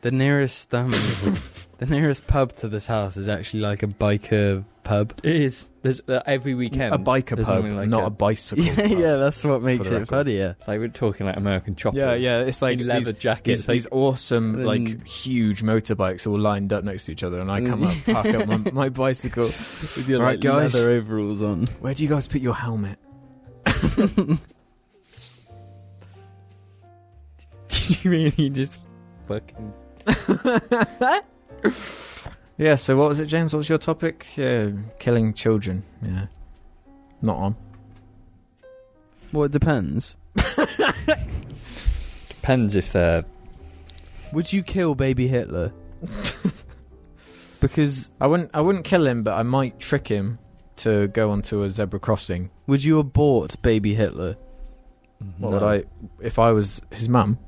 Speaker 3: The nearest um, the nearest pub to this house is actually like a biker pub.
Speaker 4: it is. There's uh, every weekend.
Speaker 5: a biker
Speaker 4: there's
Speaker 5: pub,
Speaker 4: something like
Speaker 5: not
Speaker 4: a-
Speaker 5: a bicycle.
Speaker 3: Yeah,
Speaker 5: pub.
Speaker 3: yeah, that's what makes
Speaker 5: the
Speaker 3: it
Speaker 5: record.
Speaker 3: funnier.
Speaker 4: Like we're talking like American choppers.
Speaker 5: yeah, yeah. It's like
Speaker 4: Like
Speaker 5: these,
Speaker 4: leather jackets.
Speaker 5: these,
Speaker 4: like-
Speaker 5: these awesome,
Speaker 3: Then-
Speaker 5: like huge motorbikes all lined up next to each other, and I come up, park up my, my bicycle.
Speaker 3: With your
Speaker 5: Right,
Speaker 3: like
Speaker 5: guys.
Speaker 3: leather overalls on.
Speaker 5: Where do you guys put your helmet?
Speaker 4: Did you really just fucking?
Speaker 5: Yeah. So what was it, James? What was your topic? Yeah, killing children. Yeah, not on.
Speaker 3: Well, it depends.
Speaker 4: Depends if they're.
Speaker 3: Would you kill baby Hitler? because
Speaker 5: I wouldn't. I wouldn't kill him, but I might trick him to go onto a zebra crossing.
Speaker 3: would you abort baby Hitler
Speaker 5: What
Speaker 4: No.
Speaker 5: would I? If I was his mum.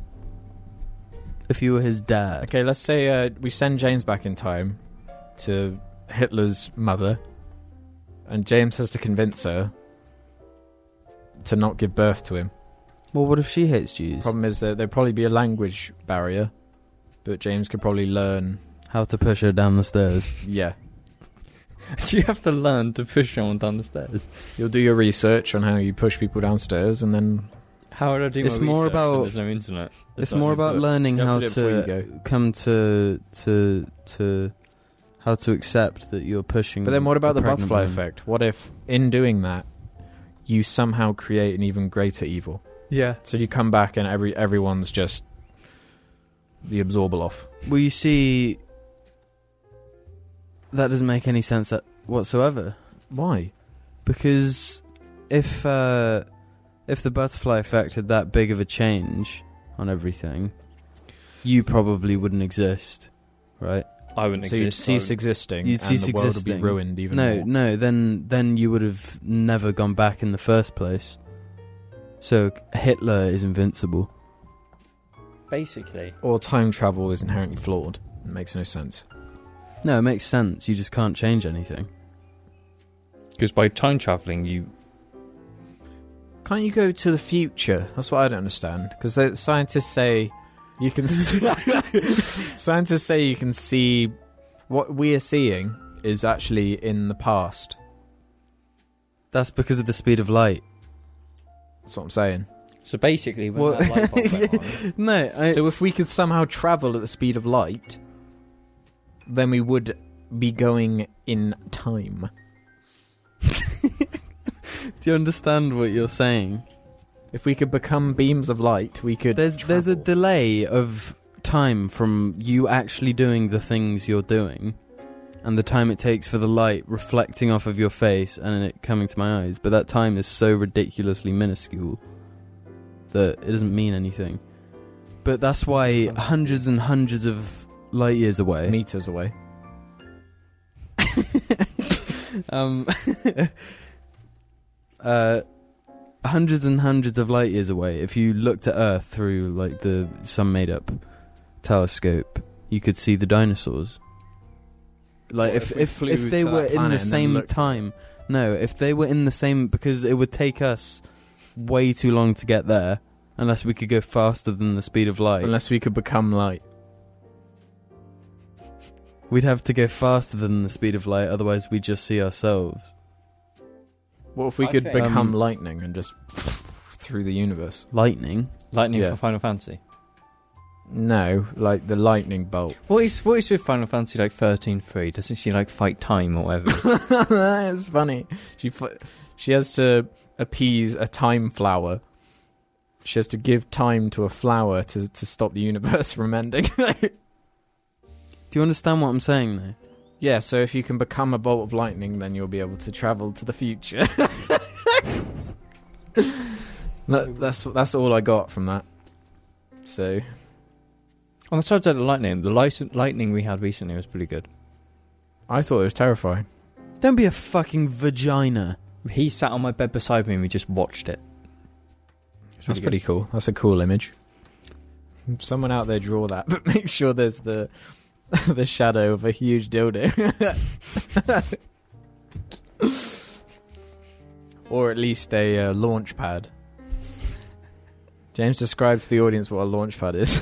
Speaker 3: if you were his dad?
Speaker 5: Okay, let's say uh, we send James back in time to Hitler's mother, and James has to convince her to not give birth to him.
Speaker 3: Well, what if she hates Jews?
Speaker 5: Problem is that there'd probably be a language barrier, but James could probably learn.
Speaker 3: How to push her down the stairs?
Speaker 5: Yeah,
Speaker 4: Do you have to learn to push someone down the stairs?
Speaker 5: you'll do your research on how you push people downstairs, and then
Speaker 4: How would I do?
Speaker 3: It's
Speaker 4: my
Speaker 3: more
Speaker 4: research
Speaker 3: about-
Speaker 4: when There's no internet.
Speaker 3: it's more about learning
Speaker 5: you have to
Speaker 3: how to,
Speaker 5: do it before you go.
Speaker 3: come to to to how to accept that you're pushing.
Speaker 5: But then what
Speaker 3: a
Speaker 5: about the
Speaker 3: pregnant
Speaker 5: butterfly
Speaker 3: woman.
Speaker 5: effect? What if, in doing that, you somehow create an even greater evil?
Speaker 4: Yeah.
Speaker 5: So you come back and every everyone's just the absorbal off.
Speaker 3: Well, you see, that doesn't make any sense at- whatsoever.
Speaker 5: Why?
Speaker 3: Because if uh, if the butterfly effect had that big of a change on everything, you probably wouldn't exist, right?
Speaker 4: I wouldn't
Speaker 5: so you'd
Speaker 4: exist.
Speaker 5: cease existing,
Speaker 3: You'd
Speaker 5: and
Speaker 3: cease
Speaker 5: the world would
Speaker 3: existing.
Speaker 5: be ruined even
Speaker 3: no,
Speaker 5: more.
Speaker 3: no. Then then you would have never gone back in the first place. So Hitler is invincible.
Speaker 4: Basically.
Speaker 5: Or time travel is inherently flawed. It makes no sense.
Speaker 3: No, it makes sense. You just can't change anything.
Speaker 4: Because by time traveling, you
Speaker 5: Can't you go to the future? That's what I don't understand. Because scientists say you can. See, scientists say you can see what we are seeing is actually in the past.
Speaker 3: That's because of the speed of light.
Speaker 5: That's what I'm saying.
Speaker 4: so basically when
Speaker 3: Well-
Speaker 4: that light bulb went on,
Speaker 3: No, I,
Speaker 5: So if we could somehow travel at the speed of light, then we would be going in time.
Speaker 3: do you understand what you're saying?
Speaker 5: If we could become beams of light, we could.
Speaker 3: There's there's a
Speaker 5: travel.
Speaker 3: delay of time from you actually doing the things you're doing, and the time it takes for the light reflecting off of your face and it coming to my eyes. But that time is so ridiculously minuscule that it doesn't mean anything. But that's why hundreds and hundreds of light years away.
Speaker 5: meters away.
Speaker 3: um, uh, hundreds and hundreds of light years away, if you looked at Earth through like the some made up telescope, you could see the dinosaurs. Like
Speaker 5: What
Speaker 3: if
Speaker 5: if we
Speaker 3: if,
Speaker 5: flew
Speaker 3: if they
Speaker 5: to that
Speaker 3: were
Speaker 5: planet
Speaker 3: in the
Speaker 5: and then
Speaker 3: same
Speaker 5: looked-
Speaker 3: time, no, if they were in the same because it would take us way too long to get there unless we could go faster than the speed of light.
Speaker 5: Unless we could become light.
Speaker 3: We'd have to go faster than the speed of light, otherwise we'd just see ourselves.
Speaker 5: What if we
Speaker 4: I
Speaker 5: could
Speaker 4: think-
Speaker 5: become
Speaker 3: Um,
Speaker 5: lightning and just through the universe?
Speaker 3: Lightning.
Speaker 4: lightning
Speaker 5: Yeah.
Speaker 4: for Final Fantasy.
Speaker 5: No, like the lightning bolt.
Speaker 4: What is what is with Final Fantasy like thirteen three? Doesn't she like fight time or whatever?
Speaker 5: it's funny. She fu- she has to appease a time flower. She has to give time to a flower to to stop the universe from ending.
Speaker 3: Do you understand what I'm saying though?
Speaker 5: yeah, so if you can become a bolt of lightning, then you'll be able to travel to the future. that, that's that's all I got from that. So
Speaker 4: on the subject of lightning, the light- lightning we had recently was pretty good.
Speaker 5: I thought it was terrifying.
Speaker 3: Don't be a fucking vagina.
Speaker 4: He sat on my bed beside me and we just watched it.
Speaker 5: That's pretty cool. That's a cool image. Someone out there draw that, but make sure there's the the shadow of a huge dildo, or at least a uh, launch pad. James describes to the audience what a launch pad is.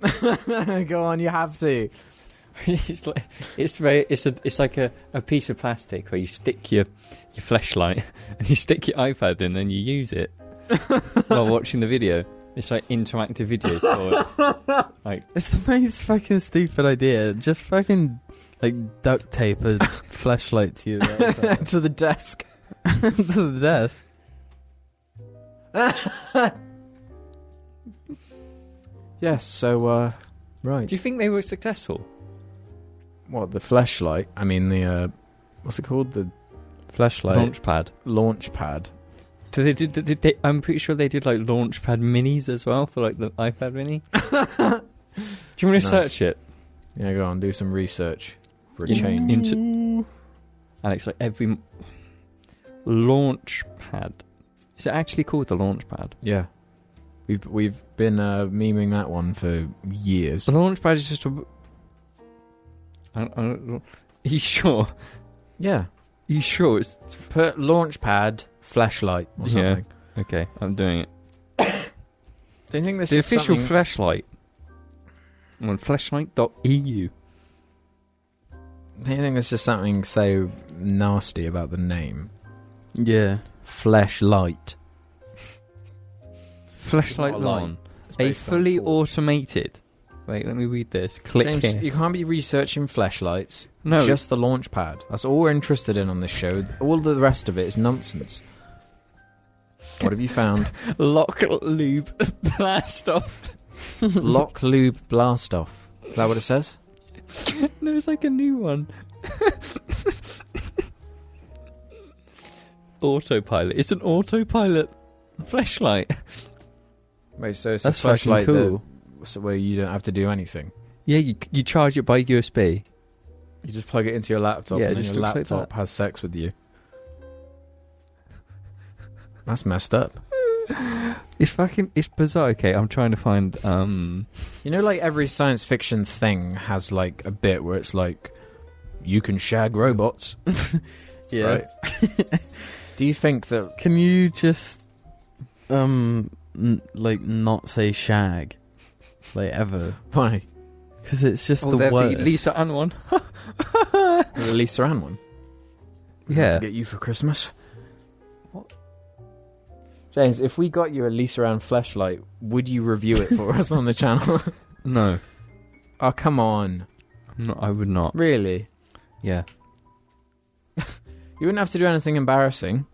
Speaker 5: Go on, you have to.
Speaker 4: it's like it's very it's a it's like a, a piece of plastic where you stick your your flashlight and you stick your iPad in and you use it while watching the video. It's like interactive videos or like
Speaker 3: It's the most fucking stupid idea. Just fucking like duct tape a flashlight to you
Speaker 5: to the desk.
Speaker 3: to the desk.
Speaker 5: Yes. So, uh, right.
Speaker 4: do you think they were successful?
Speaker 5: What the flashlight? I mean the uh, what's it called? The
Speaker 3: Flashlight.
Speaker 4: Launchpad.
Speaker 5: launch pad.
Speaker 4: Did they, did, did they, I'm pretty sure they did like Launchpad minis as well for like the iPad mini. Do you want
Speaker 5: Nice.
Speaker 4: to search it?
Speaker 5: Yeah, go on, do some research for a
Speaker 4: In-
Speaker 5: change.
Speaker 4: into- Alex, like every m- Launchpad. Is it actually called the Launchpad?
Speaker 5: yeah, we've we've been uh, memeing that one for years.
Speaker 4: The Launchpad is just a. I, I don't know. You sure?
Speaker 5: Yeah,
Speaker 4: You sure? It's
Speaker 5: put launch pad flashlight or something.
Speaker 4: Yeah. okay. I'm doing it.
Speaker 5: Do you think this
Speaker 4: the
Speaker 5: is
Speaker 4: official
Speaker 5: something-
Speaker 4: flashlight. On
Speaker 5: do
Speaker 4: flashlight.eu.
Speaker 5: you think there's just something so nasty about the name
Speaker 3: Yeah.
Speaker 5: flashlight?
Speaker 4: Flashlight
Speaker 5: Not a light.
Speaker 4: lawn. A fully automated. Wait, let me read this. Click
Speaker 5: James,
Speaker 4: here.
Speaker 5: you can't be researching flashlights.
Speaker 4: no,
Speaker 5: Just the launch pad. That's all we're interested in on this show. All the rest of it is nonsense. What have you found?
Speaker 4: lock lube blast off.
Speaker 5: Lock lube blast off. Is that what it says?
Speaker 4: No, it's like a new one. autopilot. It's an autopilot flashlight.
Speaker 5: Wait, so it's
Speaker 3: That's
Speaker 5: a
Speaker 3: fucking
Speaker 5: flashlight
Speaker 3: cool.
Speaker 5: that- so where you don't have to do anything.
Speaker 4: Yeah, you, you charge it by USB.
Speaker 5: You just plug it into your laptop,
Speaker 4: Yeah, it
Speaker 5: and then
Speaker 4: just
Speaker 5: your
Speaker 4: looks like
Speaker 5: laptop has sex with you. That's messed up.
Speaker 4: It's fucking. It's bizarre. Okay, I'm trying to find. Um.
Speaker 5: You know, like every science fiction thing has like a bit where it's like, you can shag robots.
Speaker 3: Yeah.
Speaker 5: Right? do you think that
Speaker 3: Can you just um n- like not say shag like ever?
Speaker 5: why
Speaker 3: Because it's just
Speaker 4: oh,
Speaker 3: the
Speaker 4: they're
Speaker 3: word.
Speaker 4: Lisa Ann one.
Speaker 5: the Lisa Ann one?
Speaker 4: Yeah.
Speaker 5: to get you for Christmas.
Speaker 4: What?
Speaker 5: James, if we got you a Lisa Ann flashlight, would you review it for us on the channel?
Speaker 4: No,
Speaker 5: oh, come on,
Speaker 4: no, I would not.
Speaker 5: really?
Speaker 4: Yeah.
Speaker 5: You wouldn't have to do anything embarrassing.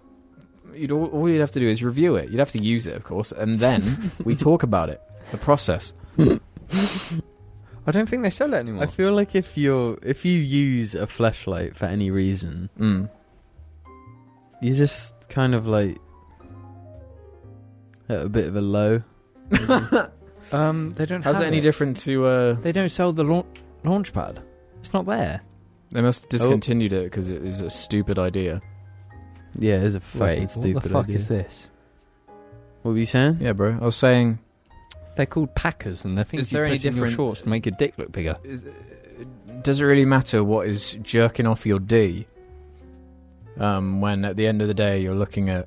Speaker 5: You'd all, all you'd have to do is review it. You'd have to use it, of course, and then we talk about it. The process.
Speaker 4: I don't think they sell it anymore.
Speaker 3: I feel like if you're if you use a flashlight for any reason,
Speaker 5: Mm.
Speaker 3: you just kind of like at a bit of a low.
Speaker 4: um, they don't.
Speaker 5: How's
Speaker 4: have
Speaker 5: it any
Speaker 4: it.
Speaker 5: different to? uh
Speaker 4: They don't sell the launch launchpad. It's not there.
Speaker 5: They must have discontinued it because it is a stupid idea.
Speaker 3: Yeah, it's a fucking stupid
Speaker 4: what the fuck
Speaker 3: idea.
Speaker 4: is this?
Speaker 3: What were you saying?
Speaker 5: Yeah, bro. I was saying,
Speaker 4: They're called packers, and they're things
Speaker 5: Is
Speaker 4: you
Speaker 5: there
Speaker 4: put
Speaker 5: any
Speaker 4: in your
Speaker 5: different-
Speaker 4: shorts to make your dick look bigger.
Speaker 5: is, does it really matter what is jerking off your D? Um, when at the end of the day you're looking at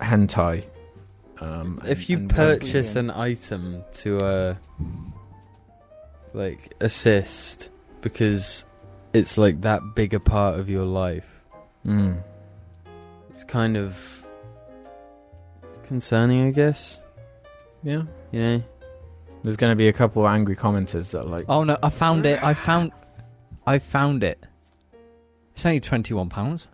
Speaker 5: hentai. Um,
Speaker 3: If
Speaker 5: and-
Speaker 3: you
Speaker 5: and-
Speaker 3: purchase an item to uh like assist because it's like that bigger part of your life.
Speaker 5: Mm.
Speaker 3: It's kind of concerning, I guess.
Speaker 5: yeah,
Speaker 3: You know?
Speaker 5: there's going to be a couple of angry commenters that are like,
Speaker 4: Oh no! I found it. I found. I found it. It's only twenty-one pounds.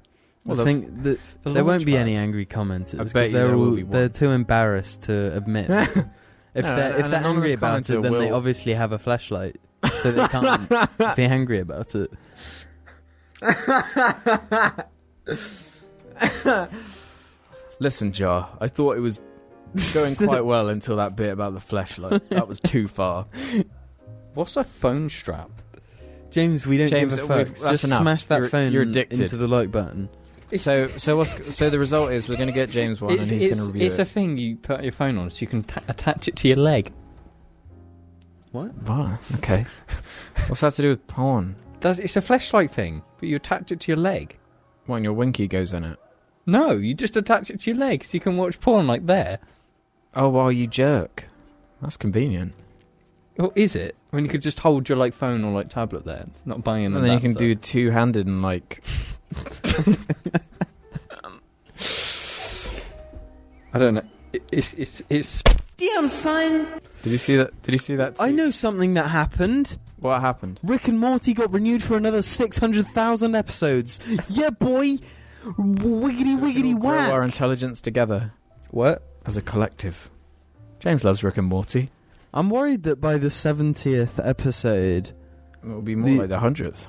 Speaker 5: Well,
Speaker 3: I
Speaker 5: the-
Speaker 3: think that
Speaker 4: The
Speaker 3: there won't be
Speaker 4: launchpad.
Speaker 3: any angry commenters
Speaker 5: I bet
Speaker 3: because
Speaker 5: you
Speaker 3: they're
Speaker 5: there will
Speaker 3: all
Speaker 5: be one.
Speaker 3: they're too embarrassed to admit. if
Speaker 5: an-
Speaker 3: they're
Speaker 5: an
Speaker 3: if they're angry
Speaker 5: anonymous
Speaker 3: about
Speaker 5: commenter
Speaker 3: it, then they
Speaker 5: will-
Speaker 3: obviously have a flashlight, so they can't be angry about it.
Speaker 5: Listen, Jar, I thought it was going quite well until that bit about the flashlight. That was too far.
Speaker 4: What's a phone strap?
Speaker 3: James, we don't
Speaker 5: James,
Speaker 3: give a
Speaker 5: we've-
Speaker 3: fuck.
Speaker 5: that's
Speaker 3: Just
Speaker 5: enough.
Speaker 3: smash that
Speaker 5: You're-
Speaker 3: phone
Speaker 5: you're addicted.
Speaker 3: into the like button.
Speaker 5: So, so what's so the result is we're going to get James one,
Speaker 4: it's
Speaker 5: and he's
Speaker 4: it's-
Speaker 5: going to review
Speaker 4: it's
Speaker 5: it.
Speaker 4: a thing you put your phone on, so you can ta attach it to your leg.
Speaker 5: Ah, okay. What's that to do with porn?
Speaker 4: That's, it's a flashlight thing, but you attach it to your leg.
Speaker 5: When your winky goes in it.
Speaker 4: No, you just attach it to your leg, so you can watch porn like there.
Speaker 5: Oh, well, you jerk. That's convenient.
Speaker 4: Or is it? When you could just hold your like phone or like tablet there, it's not banging.
Speaker 5: And
Speaker 4: on
Speaker 5: then you
Speaker 4: that
Speaker 5: can
Speaker 4: side.
Speaker 5: do two-handed and like.
Speaker 4: I don't know. It, it's it's it's.
Speaker 3: Damn, son!
Speaker 5: Did you see that? Did you see that?
Speaker 3: I know something that happened.
Speaker 5: What happened?
Speaker 3: Rick and Morty got renewed for another 600,000 episodes. yeah, boy! Wiggity wiggity
Speaker 5: Grow our
Speaker 3: whack!
Speaker 5: intelligence together
Speaker 3: What?
Speaker 5: as a collective. James loves Rick and Morty.
Speaker 3: I'm worried that by the 70th episode,
Speaker 5: It will be more
Speaker 3: The-
Speaker 5: like the hundredth,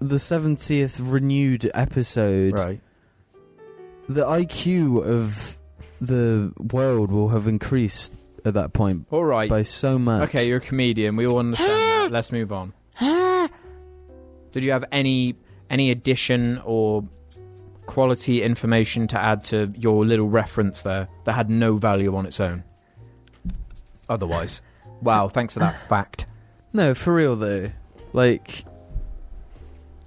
Speaker 3: the 70th renewed episode,
Speaker 5: right?
Speaker 3: the IQ of the world will have increased at that point
Speaker 5: All right.
Speaker 3: by so much.
Speaker 5: Okay, you're a comedian. We all understand that. Let's move on. Did you have any any addition or quality information to add to your little reference there that had no value on its own? Otherwise, wow. Thanks for that fact.
Speaker 3: No, for real though. Like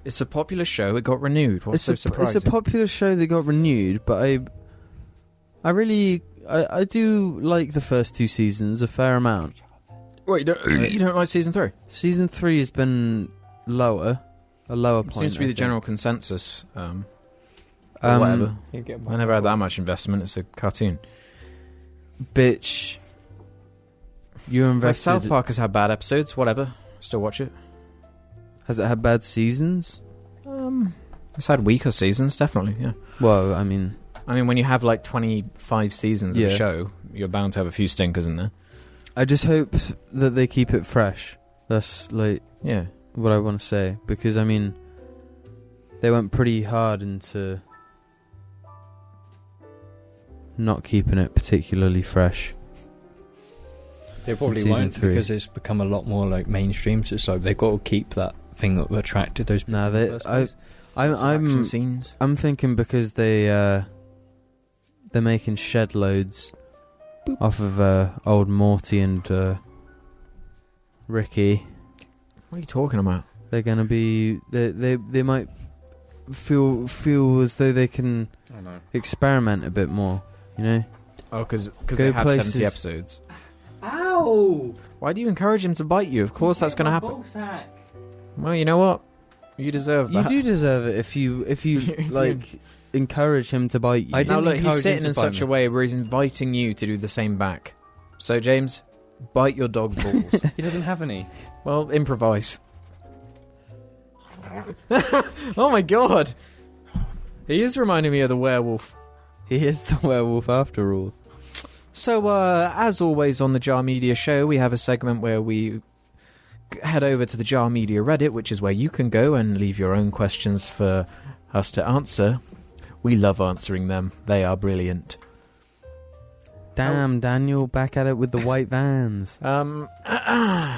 Speaker 5: It's a popular show. It got renewed. What's so
Speaker 3: it's a
Speaker 5: surprising?
Speaker 3: it's a popular show that got renewed, but I I really I, I do like the first two seasons a fair amount.
Speaker 5: Wait, you don't, you don't like season three?
Speaker 3: Season three has been lower, a lower point.
Speaker 5: Seems to be
Speaker 3: I
Speaker 5: the
Speaker 3: think.
Speaker 5: general consensus. Um,
Speaker 3: or Um, whatever.
Speaker 4: You get
Speaker 5: I never had that much investment. It's a cartoon.
Speaker 3: bitch. You
Speaker 5: Like
Speaker 3: invested.
Speaker 5: South Park has had bad episodes. Whatever. Still watch it.
Speaker 3: Has it had bad seasons?
Speaker 5: Um, it's had weaker seasons, definitely. Yeah.
Speaker 3: Well, I mean,
Speaker 5: I mean, when you have like twenty-five seasons of
Speaker 3: Yeah.
Speaker 5: a show, you're bound to have a few stinkers in there.
Speaker 3: I just hope that they keep it fresh. That's like
Speaker 5: Yeah.
Speaker 3: what I want to say because I mean, they went pretty hard into not keeping it particularly fresh.
Speaker 4: They probably
Speaker 3: Season
Speaker 4: won't
Speaker 3: three.
Speaker 4: because it's become a lot more like mainstream. So it's like they've got to keep that thing that attracted those. people
Speaker 3: Nah,
Speaker 4: in the
Speaker 3: they-
Speaker 4: first
Speaker 3: I-
Speaker 4: place.
Speaker 3: I'm I'm
Speaker 5: scenes.
Speaker 3: I'm thinking because they uh, they're making shed loads off of uh, old Morty and uh, Ricky.
Speaker 5: What are you talking about?
Speaker 3: They're gonna be they they they might feel feel as though they can
Speaker 4: I know.
Speaker 3: experiment a bit more. You know,
Speaker 5: Oh, because
Speaker 3: Go
Speaker 5: they have
Speaker 3: places.
Speaker 5: seventy episodes.
Speaker 2: Ow!
Speaker 5: Why do you encourage him to bite you? Of course, that's going to happen. Well, you know what? You deserve
Speaker 3: you
Speaker 5: that.
Speaker 3: do deserve it if you if you
Speaker 5: If you-
Speaker 3: like encourage him to bite you.
Speaker 4: I
Speaker 5: now
Speaker 4: didn't
Speaker 5: look, he's
Speaker 4: encourage him
Speaker 5: sitting
Speaker 4: to
Speaker 5: in
Speaker 4: bite
Speaker 5: such
Speaker 4: me.
Speaker 5: a way where he's inviting you to do the same back. So, James, bite your dog balls.
Speaker 4: He doesn't have any.
Speaker 5: well, improvise. oh my god! He is reminding me of the werewolf.
Speaker 3: He is the werewolf after all.
Speaker 5: So, uh, as always on the Jar Media show, we have a segment where we g- head over to the Jar Media Reddit, which is where you can go and leave your own questions for us to answer. We love answering them, they are brilliant.
Speaker 3: Damn, Daniel, back at it with the white vans.
Speaker 5: Um, we're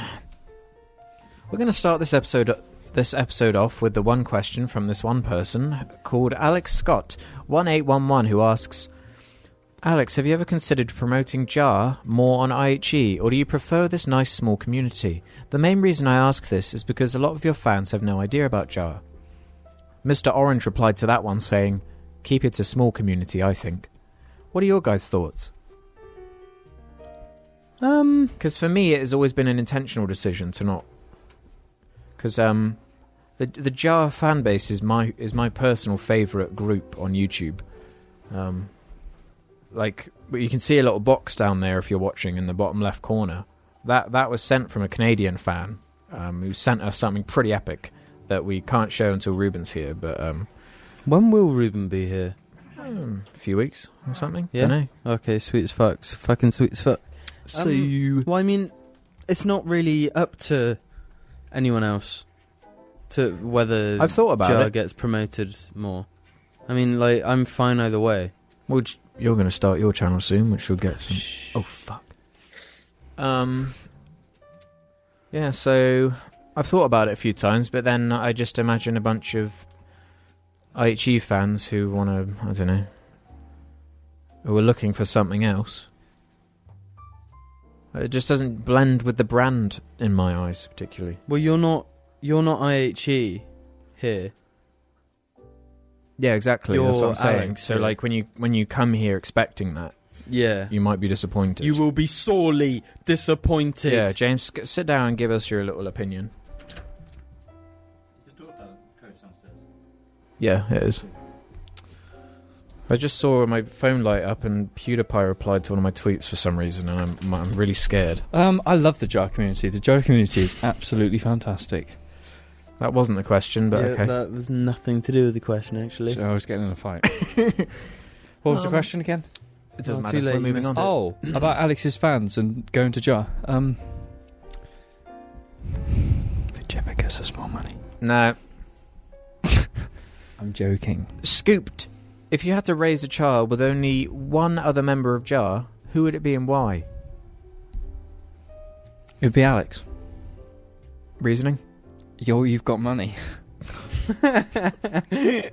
Speaker 5: going to start this episode this episode off with the one question from this one person called Alex Scott one eight one one who asks. Alex, have you ever considered promoting JAR more on IHE, or do you prefer this nice small community? The main reason I ask this is because a lot of your fans have no idea about JAR. Mr. Orange replied to that one saying, Keep it a small community, I think. What are your guys' thoughts?
Speaker 3: Um,
Speaker 5: Because for me, it has always been an intentional decision to not. Because um, the the Jar fan base is my is my personal favourite group on YouTube. Um, like but you can see a little box down there if you're watching in the bottom left corner. That that was sent from a Canadian fan um, who sent us something pretty epic that we can't show until Ruben's here, but um,
Speaker 3: when will Ruben be here?
Speaker 5: hmm, a few weeks or something.
Speaker 3: Yeah.
Speaker 5: Don't know.
Speaker 3: Okay, sweet as fuck, s- fucking sweet as fuck.
Speaker 5: So
Speaker 3: Well, I mean, it's not really up to anyone else to whether
Speaker 5: I've thought about
Speaker 3: Jar
Speaker 5: it.
Speaker 3: gets promoted more. I mean, like I'm fine either way.
Speaker 5: Well, j- you're going to start your channel soon, which will get some. Oh fuck. Um. Yeah, so I've thought about it a few times, but then I just imagine a bunch of IHE fans who want to, I don't know, who are looking for something else. It just doesn't blend with the brand in my eyes, particularly.
Speaker 3: Well, you're not you're not IHE here.
Speaker 5: Yeah, exactly. that's what I'm
Speaker 3: You're
Speaker 5: saying.
Speaker 3: Alex,
Speaker 5: so,
Speaker 3: yeah.
Speaker 5: like, when you when you come here expecting that,
Speaker 3: Yeah.
Speaker 5: you might be disappointed.
Speaker 3: You will be sorely disappointed.
Speaker 5: Yeah, James, g- sit down and give us your little opinion. Yeah, it is. I just saw my phone light up and PewDiePie replied to one of my tweets for some reason, and I'm I'm really scared.
Speaker 4: Um, I love the jar community. The jar community is absolutely fantastic.
Speaker 5: That wasn't the question, but
Speaker 3: Yeah,
Speaker 5: okay.
Speaker 3: That was nothing to do with the question, actually.
Speaker 4: So I was getting in a fight. what was the
Speaker 5: Um,
Speaker 4: question again?
Speaker 5: it
Speaker 3: Oh, too late,
Speaker 5: We're
Speaker 3: you
Speaker 5: moving
Speaker 3: missed
Speaker 5: on.
Speaker 3: it.
Speaker 4: Oh, about Alex's fans and going to jar. Um, Jimmy gets us more money.
Speaker 5: No,
Speaker 4: I'm joking.
Speaker 5: scooped. If you had to raise a child with only one other member of Jar, who would it be and why?
Speaker 4: It'd be Alex.
Speaker 5: Reasoning.
Speaker 4: Yo, you've got money.
Speaker 5: I,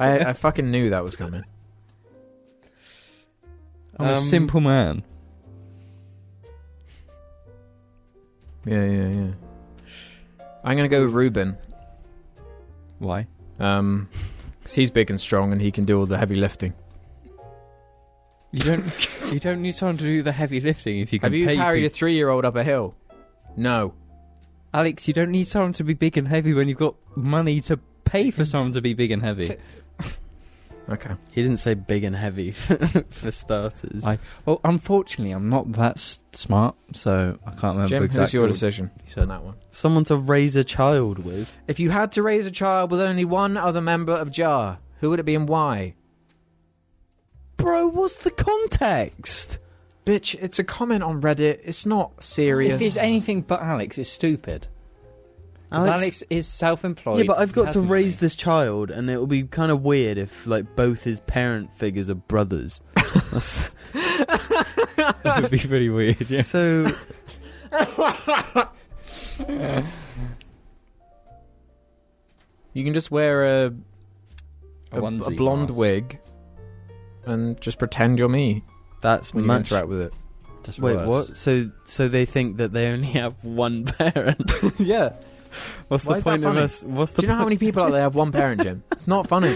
Speaker 5: I fucking knew that was coming.
Speaker 4: I'm a
Speaker 3: Um,
Speaker 4: simple man.
Speaker 5: Yeah, yeah, yeah. I'm gonna go with Ruben.
Speaker 4: Why?
Speaker 5: Um 'cause he's big and strong, and he can do all the heavy lifting.
Speaker 4: You don't. you don't need someone to do the heavy lifting if you can.
Speaker 5: Have you
Speaker 4: pay
Speaker 5: carried a
Speaker 4: people.
Speaker 5: three-year-old up a hill? No.
Speaker 4: Alex, you don't need someone to be big and heavy when you've got money to pay for someone to be big and heavy.
Speaker 5: Okay.
Speaker 3: He didn't say big and heavy for starters.
Speaker 4: I- Well, unfortunately, I'm not that s- smart, so I can't remember
Speaker 5: Jim,
Speaker 4: exactly.
Speaker 5: who's your
Speaker 4: what
Speaker 5: decision
Speaker 4: you
Speaker 5: on
Speaker 4: said.
Speaker 5: that one?
Speaker 3: Someone to raise a child with.
Speaker 5: If you had to raise a child with only one other member of Jar, who would it be and why?
Speaker 3: Bro, what's the context?
Speaker 5: Bitch, it's a comment on Reddit. It's not serious.
Speaker 4: If it's anything but Alex, it's stupid. 'Cause Alex, is self-employed.
Speaker 3: yeah, but I've got
Speaker 4: has
Speaker 3: to
Speaker 4: no
Speaker 3: raise
Speaker 4: money.
Speaker 3: this child, and it will be kind of weird if like both his parent figures are brothers. That's-
Speaker 4: that would be pretty weird. Yeah.
Speaker 3: so
Speaker 5: You can just wear a a,
Speaker 4: A
Speaker 5: a
Speaker 4: onesie
Speaker 5: blonde
Speaker 4: mask.
Speaker 5: wig and just pretend you're me
Speaker 3: that's
Speaker 5: when you
Speaker 3: much.
Speaker 5: interact with it.
Speaker 4: That's
Speaker 3: Wait,
Speaker 4: worse.
Speaker 3: what? So so they think that they only have one parent.
Speaker 5: yeah.
Speaker 3: What's
Speaker 5: Why
Speaker 3: the
Speaker 5: is that
Speaker 3: point of
Speaker 5: funny?
Speaker 3: us? What's the
Speaker 5: Do you know how
Speaker 3: point?
Speaker 5: many people out there have one parent, Jim? It's not funny.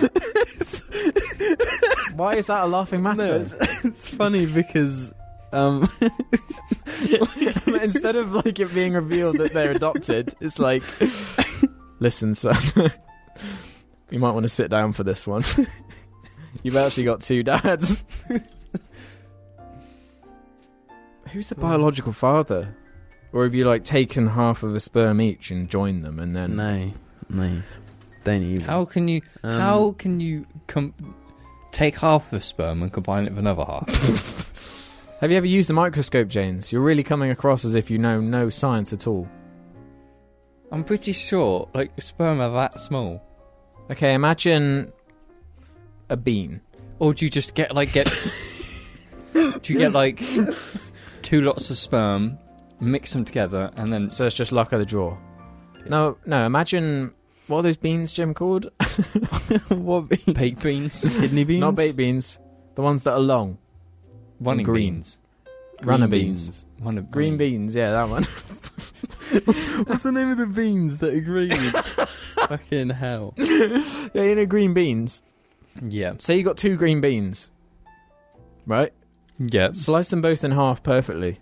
Speaker 5: Why is that a laughing
Speaker 3: No,
Speaker 5: matter?
Speaker 3: it's, it's funny because um
Speaker 5: Instead of like it being revealed that they're adopted, it's like, listen, son, you might want to sit down for this one. You've actually got two dads. Who's the biological father? Or have you like taken half of a sperm each and joined them, and then
Speaker 3: no, no, don't even.
Speaker 4: How can you?
Speaker 3: Um,
Speaker 4: how can you com- take half of sperm and combine it with another half?
Speaker 5: Have you ever used the microscope, James? You're really coming across as if you know no science at all.
Speaker 4: I'm pretty sure, like sperm are that small.
Speaker 5: Okay, imagine a bean.
Speaker 4: Or do you just get like get? do you get like two lots of sperm, mix them together, and then
Speaker 5: So it's just luck of the draw. No, no, imagine what are those beans, Jim, called?
Speaker 3: what be-
Speaker 4: baked beans,
Speaker 3: kidney beans?
Speaker 5: Not baked beans. The ones that are long.
Speaker 4: running
Speaker 5: Green.
Speaker 4: beans,
Speaker 5: Runner
Speaker 3: beans.
Speaker 5: beans.
Speaker 4: one of
Speaker 5: Green beans, yeah, that one.
Speaker 3: What's the name of the beans that agree? Fucking hell.
Speaker 5: yeah, you know green beans.
Speaker 4: Yeah,
Speaker 5: Say you got two green beans. Right?
Speaker 4: yeah.
Speaker 5: Slice them both in half perfectly.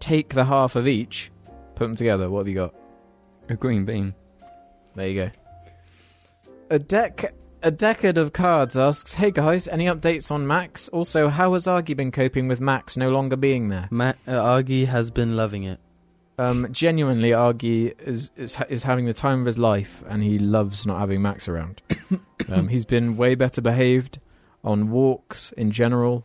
Speaker 5: Take the half of each, put them together. What have you got?
Speaker 4: A green bean.
Speaker 5: There you go. A deck a decade of cards asks, "Hey guys, any updates on Max? Also, how has Argy been coping with Max no longer being there?"
Speaker 3: Matt uh, Argy has been loving it.
Speaker 5: Um, genuinely, Argy is, is ha- is having the time of his life, and he loves not having Max around. um, he's been way better behaved on walks in general.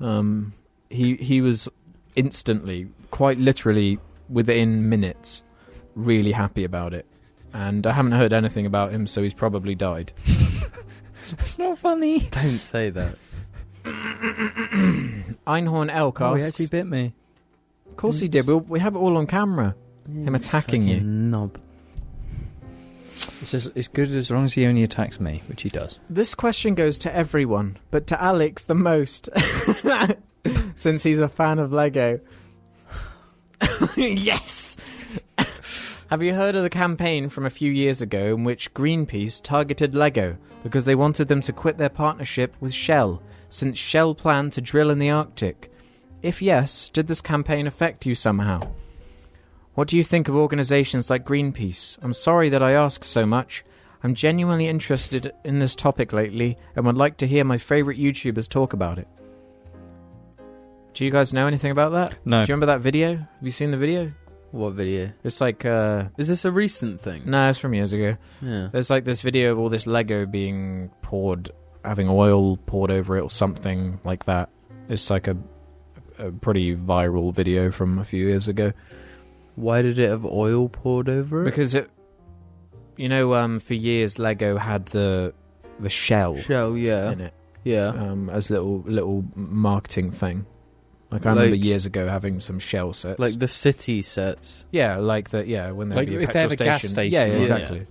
Speaker 5: Um, he he was instantly, quite literally, within minutes, really happy about it. And I haven't heard anything about him, so he's probably died.
Speaker 4: That's not funny.
Speaker 3: Don't say that.
Speaker 5: Einhorn Elk
Speaker 4: Oh,
Speaker 5: asks,
Speaker 4: he actually bit me.
Speaker 5: "Of course he did. We we have it all on camera. Him attacking you.
Speaker 3: Fucking Knob.
Speaker 4: It's, as, it's good as long as he only attacks me, which he does.
Speaker 5: This question goes to everyone, but to Alex the most, since he's a fan of Lego. yes! Have you heard of the campaign from a few years ago in which Greenpeace targeted Lego because they wanted them to quit their partnership with Shell, since Shell planned to drill in the Arctic? If yes, did this campaign affect you somehow? What do you think of organisations like Greenpeace? I'm sorry that I ask so much. I'm genuinely interested in this topic lately and would like to hear my favourite YouTubers talk about it. Do you guys know anything about that?
Speaker 4: No.
Speaker 5: Do you remember that video? Have you seen the video?
Speaker 3: What video?
Speaker 5: It's like, uh.
Speaker 3: Is this a recent thing?
Speaker 5: No, it's from years ago.
Speaker 3: Yeah.
Speaker 5: There's like this video of all this Lego being poured, having oil poured over it or something like that. It's like a, a pretty viral video from a few years ago.
Speaker 3: Why did it have oil poured over it?
Speaker 5: Because it, you know, um, for years Lego had the the shell
Speaker 3: Shell, yeah.
Speaker 5: in it
Speaker 3: Yeah.
Speaker 5: um, as little little marketing thing. Like I
Speaker 3: Like-
Speaker 5: remember years ago having some shell sets.
Speaker 3: Like the city sets.
Speaker 5: yeah, like the yeah when there'd
Speaker 4: Like
Speaker 5: be a
Speaker 4: if they
Speaker 5: petrol
Speaker 4: had a gas station
Speaker 5: Yeah, yeah,
Speaker 4: or-
Speaker 5: exactly.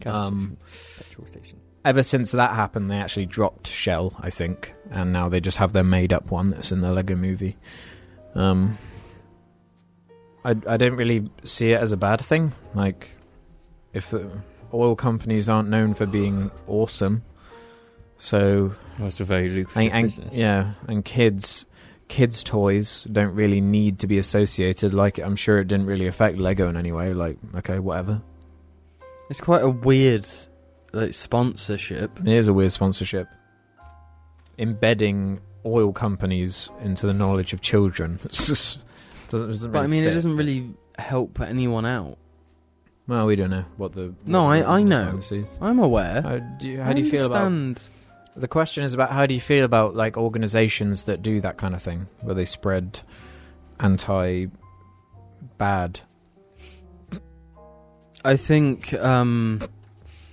Speaker 4: Gas
Speaker 5: Um,
Speaker 4: station, petrol station.
Speaker 5: ever since that happened, they actually dropped Shell, I think, and now they just have their made-up one that's in the Lego Movie. Um, I I don't really see it as a bad thing. Like, if the oil companies aren't known for being awesome, so
Speaker 4: Well, it's a very lucrative
Speaker 5: and, and
Speaker 4: business.
Speaker 5: yeah, and kids. Kids' toys don't really need to be associated. Like, I'm sure it didn't really affect Lego in any way. Like, okay, whatever.
Speaker 3: It's quite a weird like sponsorship.
Speaker 5: It is a weird sponsorship. Embedding oil companies into the knowledge of children. It's just- doesn't, doesn't
Speaker 3: But
Speaker 5: really
Speaker 3: I mean it
Speaker 5: fit.
Speaker 3: doesn't really help anyone out.
Speaker 5: Well, we don't know what the. what
Speaker 3: No,
Speaker 5: the
Speaker 3: I-
Speaker 5: business
Speaker 3: I know.
Speaker 5: behind the scenes.
Speaker 3: I'm aware.
Speaker 5: How do you, how do you feel about.
Speaker 3: understand.
Speaker 5: The question is about how do you feel about, like, organizations that do that kind of thing, where they spread anti bad.
Speaker 3: I think um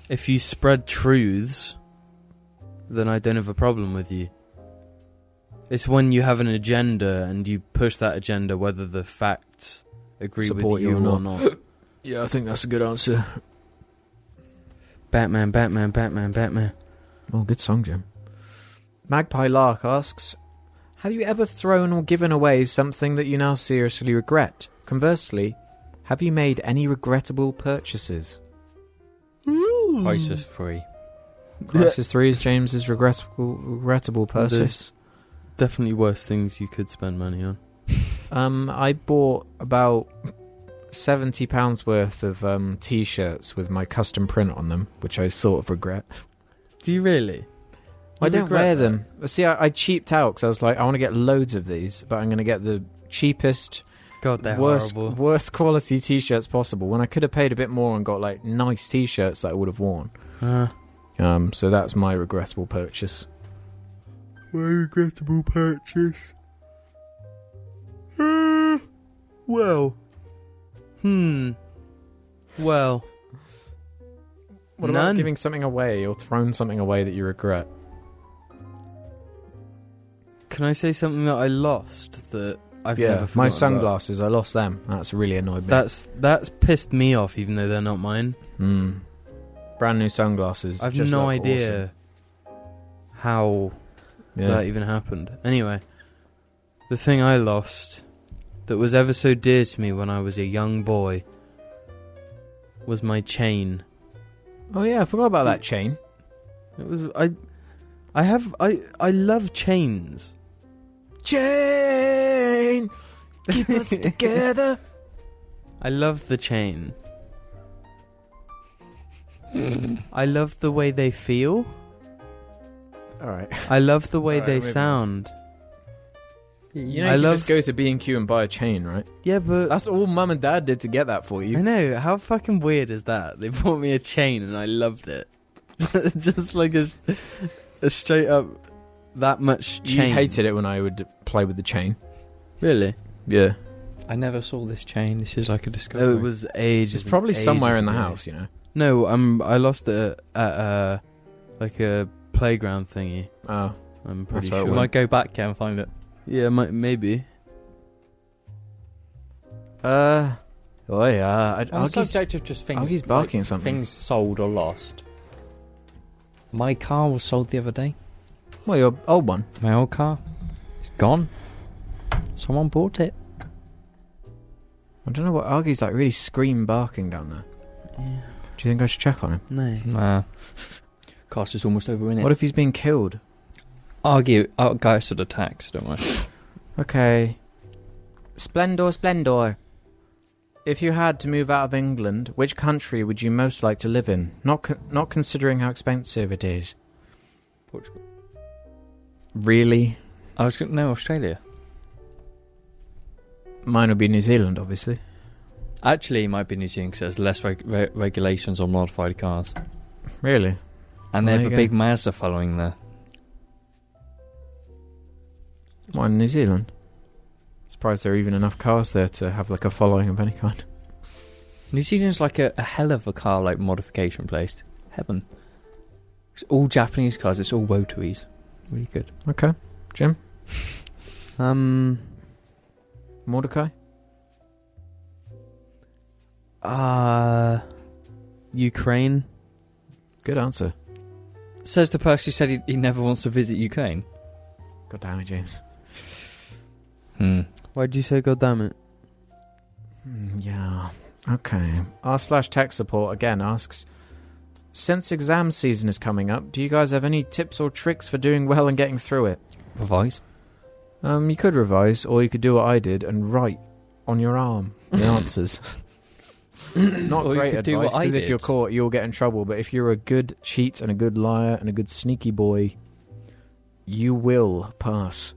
Speaker 3: if you spread truths then I don't have a problem with you. It's when you have an agenda and you push that agenda whether the facts agree
Speaker 5: Support
Speaker 3: with you,
Speaker 5: you or
Speaker 3: or not.
Speaker 5: Yeah, I think that's a good answer.
Speaker 3: Batman, Batman, Batman, Batman.
Speaker 5: Well, good song, Jim. Magpie Lark asks Have you ever thrown or given away something that you now seriously regret? Conversely, have you made any regrettable purchases?
Speaker 4: Crisis free.
Speaker 5: Crisis 3 is James's regrettable, regrettable purchase.
Speaker 3: There's definitely worse things you could spend money on.
Speaker 5: Um, I bought about £70 worth of um, t shirts with my custom print on them, which I sort of regret.
Speaker 3: Do you really?
Speaker 5: I
Speaker 3: You
Speaker 5: don't
Speaker 3: regret
Speaker 5: wear
Speaker 3: that?
Speaker 5: them. See, I, I cheaped out because I was like, I want to get loads of these, but I'm going to get the cheapest
Speaker 3: God, they're
Speaker 5: worst,
Speaker 3: horrible.
Speaker 5: worst quality t-shirts possible. When I could have paid a bit more and got like nice t-shirts that I would have worn.
Speaker 3: Uh,
Speaker 5: Um, so that's my regrettable purchase.
Speaker 3: my regrettable purchase. Uh, well. Hmm. Well.
Speaker 5: What
Speaker 3: None.
Speaker 5: about giving something away or throwing something away that you regret?
Speaker 3: Can I say something that I lost that I've never forgotten
Speaker 5: my
Speaker 3: about?
Speaker 5: sunglasses. I lost them. That's really annoyed me.
Speaker 3: That's that's pissed me off, even though they're not mine.
Speaker 5: Mm. Brand new sunglasses.
Speaker 3: I've
Speaker 5: just
Speaker 3: no
Speaker 5: look
Speaker 3: idea how
Speaker 5: awesome. Yeah.
Speaker 3: that even happened. Anyway, the thing I lost that was ever so dear to me when I was a young boy was my chain.
Speaker 5: oh yeah, I forgot about that chain.
Speaker 3: It was I I have I I love chains.
Speaker 5: Chain. Keep us together.
Speaker 3: I love the chain. I love the way they feel.
Speaker 5: All right.
Speaker 3: I love the way
Speaker 5: Alright,
Speaker 3: they
Speaker 5: moving on.
Speaker 3: sound.
Speaker 5: You know,
Speaker 3: I
Speaker 5: you
Speaker 3: love-
Speaker 5: just go to B and Q and buy a chain, right?
Speaker 3: Yeah, but
Speaker 5: That's all Mum and Dad did to get that for you.
Speaker 3: I know. How fucking weird is that? They bought me a chain and I loved it. Just like a, s- a straight up that much chain.
Speaker 5: You hated it when I would play with the chain.
Speaker 3: Really?
Speaker 5: Yeah.
Speaker 4: I never saw this chain. This is like a discovery.
Speaker 3: No, it was ages.
Speaker 5: It's
Speaker 3: and
Speaker 5: probably somewhere
Speaker 3: ages
Speaker 5: in the
Speaker 3: ago.
Speaker 5: house, you know.
Speaker 3: No, um, I lost it at uh, like a playground thingy.
Speaker 5: Oh,
Speaker 3: I'm pretty
Speaker 5: where it
Speaker 3: sure.
Speaker 4: We
Speaker 5: went.
Speaker 4: might go back there and find it.
Speaker 3: yeah, might, maybe.
Speaker 5: uh, Oh yeah, I,
Speaker 4: On the
Speaker 5: Argy's-
Speaker 4: subject of just things,
Speaker 5: Argy's barking
Speaker 4: like,
Speaker 5: at something.
Speaker 4: Things sold or lost. My car was sold the other day.
Speaker 5: well, your old one.
Speaker 4: My old car, it's gone. Someone bought it.
Speaker 5: I don't know what Argy's like. Really scream barking down there.
Speaker 3: Yeah.
Speaker 5: Do you think I should check on him?
Speaker 3: No.
Speaker 4: Nah. Cost is almost over, innit?
Speaker 5: What if he's been killed?
Speaker 4: Argue, oh, guys should attack, so don't worry.
Speaker 5: Okay. Splendor, splendor. If you had to move out of England, which country would you most like to live in? Not con- not considering how expensive it is.
Speaker 4: Portugal.
Speaker 5: Really?
Speaker 4: I was going to know Australia.
Speaker 5: Mine would be New Zealand, obviously.
Speaker 4: Actually, it might be New Zealand because there's less reg- re- regulations on modified cars.
Speaker 5: Really?
Speaker 4: And
Speaker 5: There
Speaker 4: they have
Speaker 5: you go.
Speaker 4: a big Mazda following there.
Speaker 5: Why New Zealand? Surprised there are even enough cars there to have like a following of any kind.
Speaker 4: New Zealand's like a, a hell of a car like modification place. Heaven. It's all Japanese cars, it's all Wotois. Really good.
Speaker 3: Um.
Speaker 5: Mordecai?
Speaker 3: Uh. Ukraine.
Speaker 5: Good answer.
Speaker 4: Says the person who said he, he never wants to visit Ukraine.
Speaker 5: God damn it, James.
Speaker 4: Hmm.
Speaker 3: Why'd you say, God damn it?
Speaker 5: Mm, Yeah. Okay. R slash tech support again asks Since exam season is coming up, do you guys have any tips or tricks for doing well and getting through it?
Speaker 4: Revise.
Speaker 5: Um, you could revise, or you could do what I did and write on your arm the answers. Not
Speaker 4: Or you
Speaker 5: great
Speaker 4: could do
Speaker 5: advice
Speaker 4: what I
Speaker 5: because if
Speaker 4: did.
Speaker 5: you're caught, you'll get in trouble. But if you're a good cheat and a good liar and a good sneaky boy, you will pass.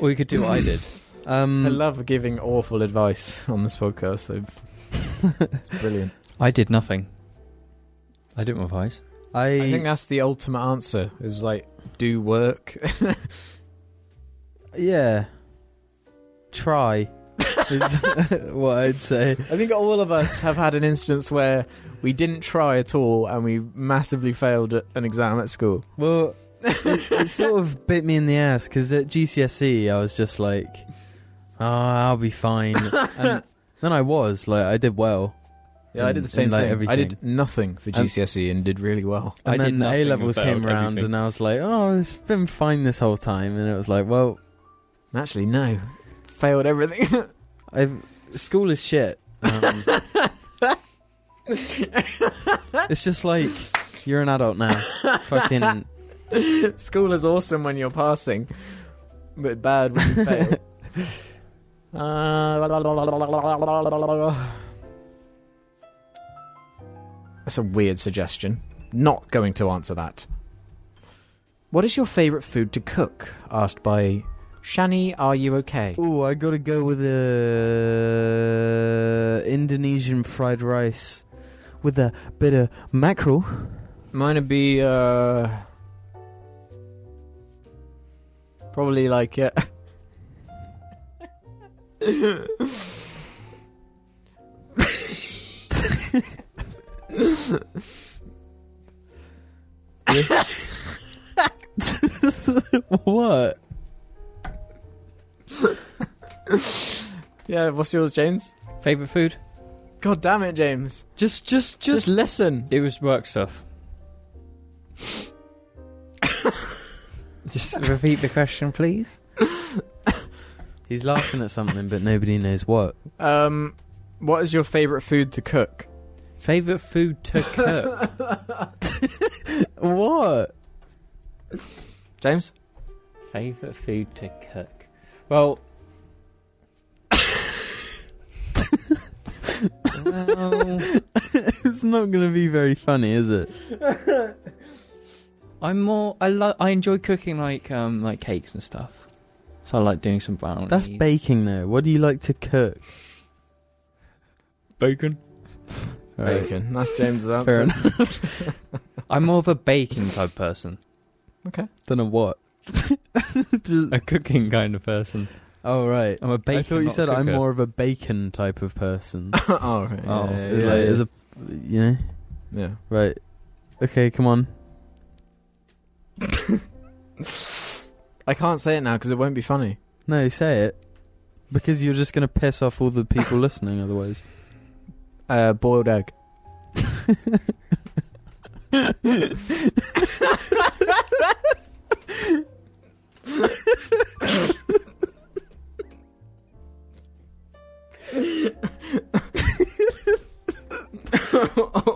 Speaker 4: Or you could do what I did.
Speaker 3: Um.
Speaker 5: I love giving awful advice on this podcast. Though. It's brilliant.
Speaker 4: I did nothing. I didn't revise.
Speaker 3: I,
Speaker 5: I think that's the ultimate answer. Is like do work.
Speaker 3: yeah. Try. is what I'd say.
Speaker 5: I think all of us have had an instance where we didn't try at all and we massively failed at an exam at school.
Speaker 3: Well, it, it sort of bit me in the ass because at GCSE E, I was just like, "Oh, I'll be fine." and then I was like, I did well.
Speaker 5: Yeah, I did
Speaker 3: in-
Speaker 5: the same
Speaker 3: in, like,
Speaker 5: thing. I did
Speaker 3: everything.
Speaker 5: nothing for
Speaker 3: And-
Speaker 5: GCSE E and did really well.
Speaker 4: I
Speaker 3: And
Speaker 4: did
Speaker 3: then
Speaker 4: nothing
Speaker 3: A
Speaker 4: and
Speaker 3: levels
Speaker 4: failed
Speaker 3: came around,
Speaker 4: everything.
Speaker 3: and I was like, "Oh, it's been fine this whole time." And it was like, "Well,
Speaker 5: Actually, no, failed everything.
Speaker 3: I've school is shit." Um, it's just like you're an adult now. Fucking
Speaker 5: school is awesome when you're passing, but bad when you fail. Uh, That's a weird suggestion. Not going to answer that. What is your favourite food to cook? Asked by Shani, are you okay?
Speaker 3: oh, I gotta go with a Indonesian fried rice with a bit of mackerel.
Speaker 5: Mine would be uh, probably like uh,
Speaker 3: what?
Speaker 5: yeah. What's yours, James?
Speaker 4: Favourite food?
Speaker 5: God damn it, James!
Speaker 3: Just, just,
Speaker 5: Just,
Speaker 3: just.
Speaker 5: listen.
Speaker 4: It was work stuff. Just repeat the question, please.
Speaker 3: He's laughing at something, but nobody knows what.
Speaker 5: Um, what is your favorite food to cook?
Speaker 4: Favorite food to cook?
Speaker 3: What?
Speaker 5: James?
Speaker 4: Favorite food to cook. Well,
Speaker 3: it's not gonna be very funny, is it?
Speaker 4: I'm more. I lo- I enjoy cooking like um like cakes and stuff. So I like doing some brownies.
Speaker 3: That's baking, though. What do you like to cook?
Speaker 4: bacon.
Speaker 3: Alright,
Speaker 5: Bacon. That's James's answer.
Speaker 3: Fair enough.
Speaker 4: I'm more of a baking type person.
Speaker 3: Then a what? Just-
Speaker 4: A cooking kind of person.
Speaker 3: oh right.
Speaker 4: I'm a baker.
Speaker 3: I thought you
Speaker 4: not a
Speaker 3: said I'm
Speaker 4: cooker.
Speaker 3: more of a bacon type of person.
Speaker 5: oh, right.
Speaker 4: Oh,
Speaker 5: yeah,
Speaker 3: It's
Speaker 5: yeah,
Speaker 3: like,
Speaker 5: yeah.
Speaker 3: it's a, you know.
Speaker 5: Yeah.
Speaker 3: Right. Okay, come on.
Speaker 5: I can't say it now because it won't be funny.
Speaker 3: No, say it. Because you're just going to piss off all the people listening otherwise.
Speaker 6: Uh, boiled egg.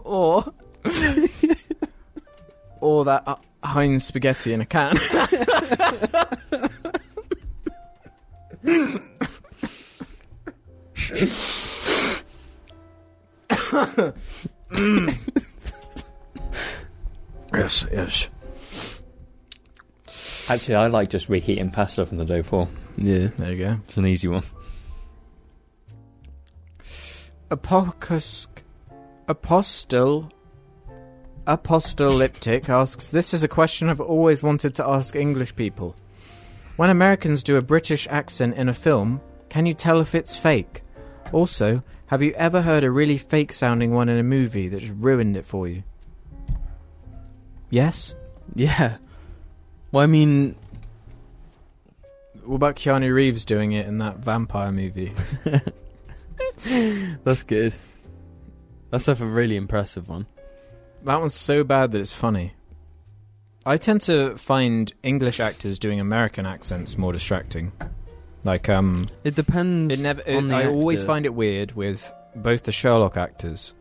Speaker 5: or or that uh, Heinz spaghetti in a can. yes, yes.
Speaker 4: Actually, I like just reheating pasta from the day before.
Speaker 3: Yeah.
Speaker 5: There you go.
Speaker 4: It's an easy one.
Speaker 5: Apocus Apostle Apostolyptic asks This is a question I've always wanted to ask English people. When Americans do a British accent in a film, can you tell if it's fake? Also, have you ever heard a really fake sounding one in a movie that just ruined it for you? Yes?
Speaker 3: Yeah. Well, I mean,
Speaker 5: What about Keanu Reeves doing it in that vampire movie?
Speaker 3: that's good. That's a really impressive one.
Speaker 5: That one's so bad that it's funny. I tend to find English actors doing American accents more distracting. Like, um,
Speaker 3: It depends.
Speaker 5: it never. It,
Speaker 3: on the
Speaker 5: I always
Speaker 3: actor.
Speaker 5: find it weird with both the Sherlock actors,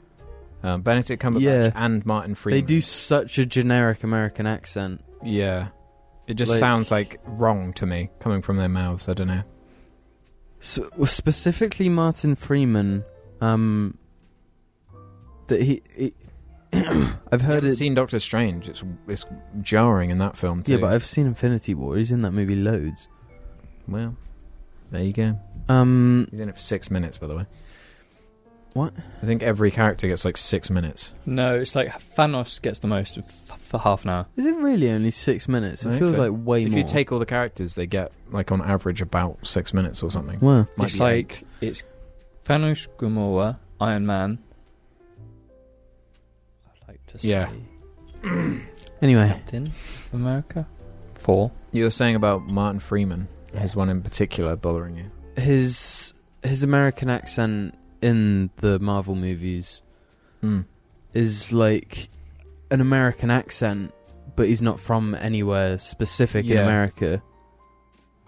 Speaker 5: um, Benedict Cumberbatch
Speaker 3: Yeah.
Speaker 5: and Martin Freeman.
Speaker 3: they do such a generic American accent.
Speaker 5: Yeah, it just
Speaker 3: Like-
Speaker 5: sounds like wrong to me coming from their mouths. I don't know.
Speaker 3: So, well, specifically, Martin Freeman. Um, that he, he I've heard
Speaker 5: I've
Speaker 3: it.
Speaker 5: seen Doctor Strange. It's it's jarring in that film too.
Speaker 3: yeah, but I've seen Infinity War. He's in that movie loads.
Speaker 5: well, there you go.
Speaker 3: Um,
Speaker 5: He's in it for six minutes, by the way.
Speaker 3: What?
Speaker 5: I think every character gets like six minutes.
Speaker 4: No, it's like Thanos gets the most f- for half an hour.
Speaker 3: is it really only six minutes?
Speaker 5: I
Speaker 3: It
Speaker 5: think
Speaker 3: feels
Speaker 5: so.
Speaker 3: like way
Speaker 5: if
Speaker 3: more.
Speaker 5: you take all the characters, they get like on average about six minutes or something.
Speaker 3: wow,
Speaker 5: Might
Speaker 4: it's
Speaker 5: be
Speaker 4: like
Speaker 5: eight.
Speaker 4: it's Thanos, Gamora, Iron Man. I'd like to say
Speaker 5: Yeah.
Speaker 3: anyway,
Speaker 4: Captain America. Four.
Speaker 5: you were saying about Martin Freeman. There's one in particular bothering you.
Speaker 3: his his American accent in the Marvel movies
Speaker 5: Mm.
Speaker 3: is like an American accent, but he's not from anywhere specific in
Speaker 5: Yeah.
Speaker 3: America.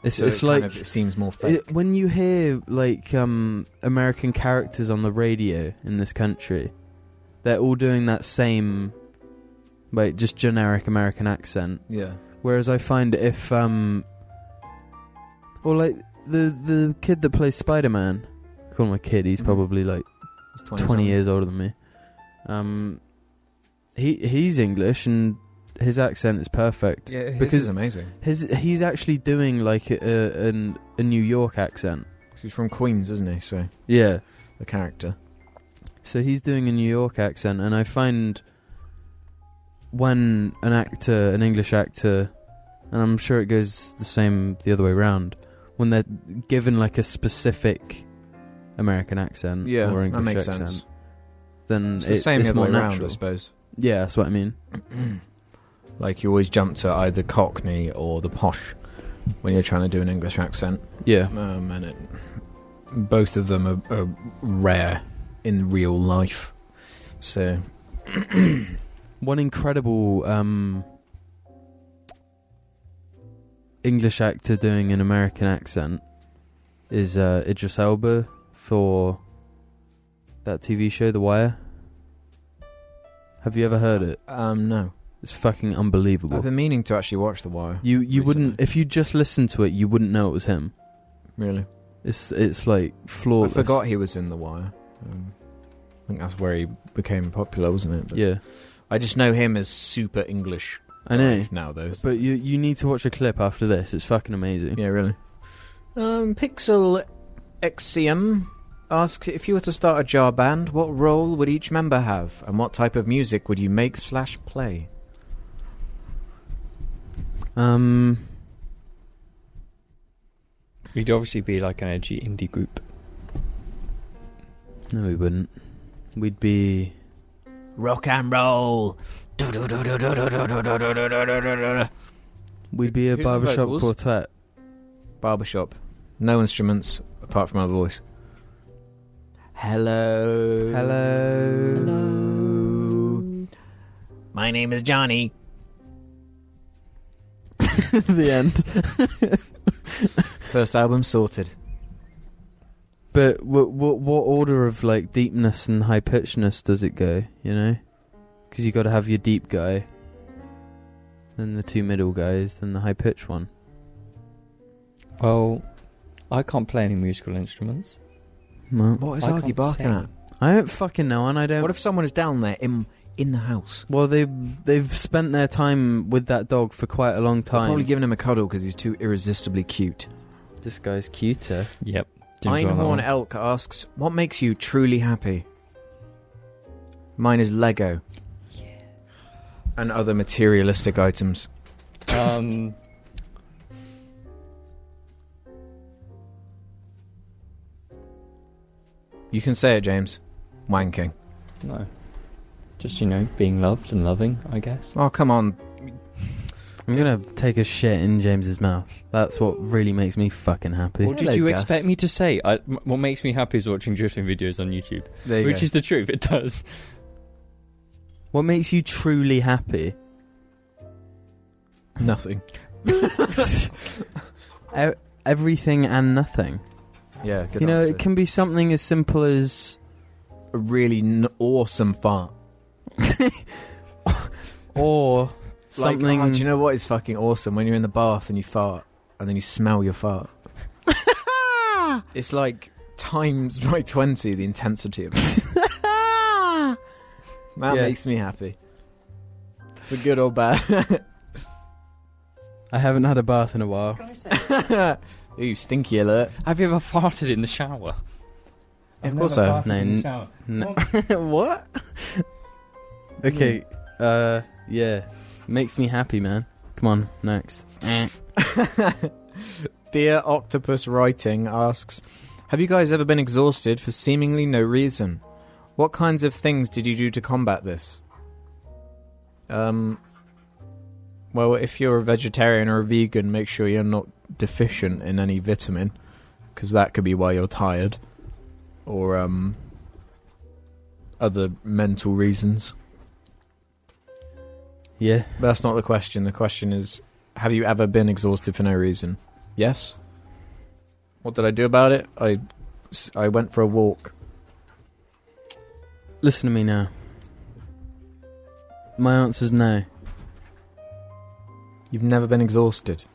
Speaker 3: It's
Speaker 5: So
Speaker 3: it's
Speaker 5: it
Speaker 3: like
Speaker 5: kind of- it seems more fake.
Speaker 3: it, when you hear like um American characters on the radio in this country, they're all doing that same like just generic American accent.
Speaker 5: yeah,
Speaker 3: Whereas I find if um or like the the kid that plays Spider Man, call him a kid, he's
Speaker 5: Mhm.
Speaker 3: probably like
Speaker 5: it's
Speaker 3: twenty years Mm-hmm. older than me. Um he he's English and his accent is perfect.
Speaker 5: Yeah, his
Speaker 3: because-
Speaker 5: is amazing.
Speaker 3: His he's actually doing like a, a an a New York accent.
Speaker 5: He's from Queens, isn't he? So
Speaker 3: Yeah.
Speaker 5: the character.
Speaker 3: So he's doing a New York accent, and I find when an actor, an English actor, and I'm sure it goes the same the other way round, when they're given like a specific American accent
Speaker 5: Yeah,
Speaker 3: or Mm, English
Speaker 5: that makes
Speaker 3: accent,
Speaker 5: sense.
Speaker 3: then
Speaker 5: It's the
Speaker 3: it-
Speaker 5: same
Speaker 3: it's
Speaker 5: the other way
Speaker 3: more
Speaker 5: around,
Speaker 3: natural.
Speaker 5: I suppose.
Speaker 3: yeah, that's what I mean.
Speaker 5: like you always jump to either Cockney or the posh when you're trying to do an English accent,
Speaker 3: Yeah,
Speaker 5: um, and it, both of them are, are rare in real life. So
Speaker 3: one incredible um, English actor doing an American accent is uh, Idris Elba for that TV show, The Wire. Have you ever heard it?
Speaker 5: um, no,
Speaker 3: It's fucking
Speaker 5: I've
Speaker 3: unbelievable.
Speaker 5: been meaning to actually watch The Wire.
Speaker 3: You you
Speaker 5: Recently.
Speaker 3: wouldn't if you just listened to it, you wouldn't know it was him.
Speaker 5: Really,
Speaker 3: It's it's like
Speaker 5: I
Speaker 3: flawless.
Speaker 5: forgot he was in The Wire. Um, I think that's where he became popular, wasn't it? But
Speaker 3: Yeah,
Speaker 5: I just know him as super English.
Speaker 3: I know.
Speaker 5: guy Now though,
Speaker 3: But you you need to watch a clip after this. It's fucking amazing.
Speaker 5: Yeah, really. Um, Pixel Exium asks if you were to start a jar band, what role would each member have, and what type of music would you make slash play?
Speaker 3: Um.
Speaker 4: We'd obviously be like an edgy indie group.
Speaker 3: No, we wouldn't. We'd be.
Speaker 2: Rock and roll.
Speaker 3: We'd be a
Speaker 5: Who's the
Speaker 3: barbershop
Speaker 5: vocals?
Speaker 3: quartet.
Speaker 5: Barbershop. No instruments apart from our voice. Hello.
Speaker 3: Hello.
Speaker 5: My name is Johnny.
Speaker 3: the end.
Speaker 5: First album sorted.
Speaker 3: But what what what order of like deepness and high pitchedness does it go? You know, because you got to have your deep guy, then the two middle guys, then the high pitched one.
Speaker 4: Well, I can't play any musical instruments.
Speaker 3: No,
Speaker 5: What is
Speaker 4: I
Speaker 5: Argy
Speaker 4: can't
Speaker 5: Oh, barking
Speaker 4: sing.
Speaker 5: at?
Speaker 3: I don't fucking know, and I don't.
Speaker 5: What if someone is down there in in the house?
Speaker 3: well, they they've spent their time with that dog for quite a long
Speaker 5: They're
Speaker 3: time.
Speaker 5: Probably giving him a cuddle because he's too irresistibly cute.
Speaker 3: This guy's cuter.
Speaker 4: Yep. Jim's wrong on that
Speaker 5: Einhorn
Speaker 4: one.
Speaker 5: Elk asks, "What makes you truly happy?" Mine is Lego. And other materialistic items.
Speaker 4: Um.
Speaker 5: You can say it, James. Wanking.
Speaker 4: No. Just you know, being loved and loving, I guess.
Speaker 5: Oh, come on.
Speaker 3: I'm gonna take a shit in James's mouth. That's what really makes me fucking happy.
Speaker 4: What did
Speaker 5: Hello,
Speaker 4: you
Speaker 5: Gus.
Speaker 4: expect me to say? I, m- what makes me happy is watching drifting videos on YouTube,
Speaker 5: There you
Speaker 4: which
Speaker 5: go.
Speaker 4: is the truth. It does.
Speaker 3: What makes you truly happy?
Speaker 5: nothing.
Speaker 3: E- Everything and nothing.
Speaker 5: Yeah, good
Speaker 3: you know,
Speaker 5: answer.
Speaker 3: it can be something as simple as
Speaker 5: a really n- awesome fart.
Speaker 3: or
Speaker 5: Like,
Speaker 3: something.
Speaker 5: oh, do you know what is fucking awesome? When you're in the bath and you fart, and then you smell your fart. it's like times by 20 the intensity of it. that
Speaker 3: Yeah.
Speaker 5: makes me happy. For good or bad.
Speaker 3: I haven't had a bath in a while.
Speaker 5: Ooh, stinky alert.
Speaker 4: Have you ever farted in the shower?
Speaker 5: Of course I have.
Speaker 3: farted in the
Speaker 4: shower.
Speaker 3: No. what? Okay. Uh, yeah. Makes me happy, man. Come on, next. Eh.
Speaker 5: Dear Octopus Writing asks Have you guys ever been exhausted for seemingly no reason? What kinds of things did you do to combat this? Um. Well, if you're a vegetarian or a vegan, make sure you're not deficient in any vitamin, because that could be why you're tired, or um, other mental reasons.
Speaker 3: Yeah.
Speaker 5: But that's not the question. The question is, have you ever been exhausted for no reason? Yes. What did I do about it? I, s- I went for a walk.
Speaker 3: Listen to me now. My answer's no.
Speaker 5: You've never been exhausted.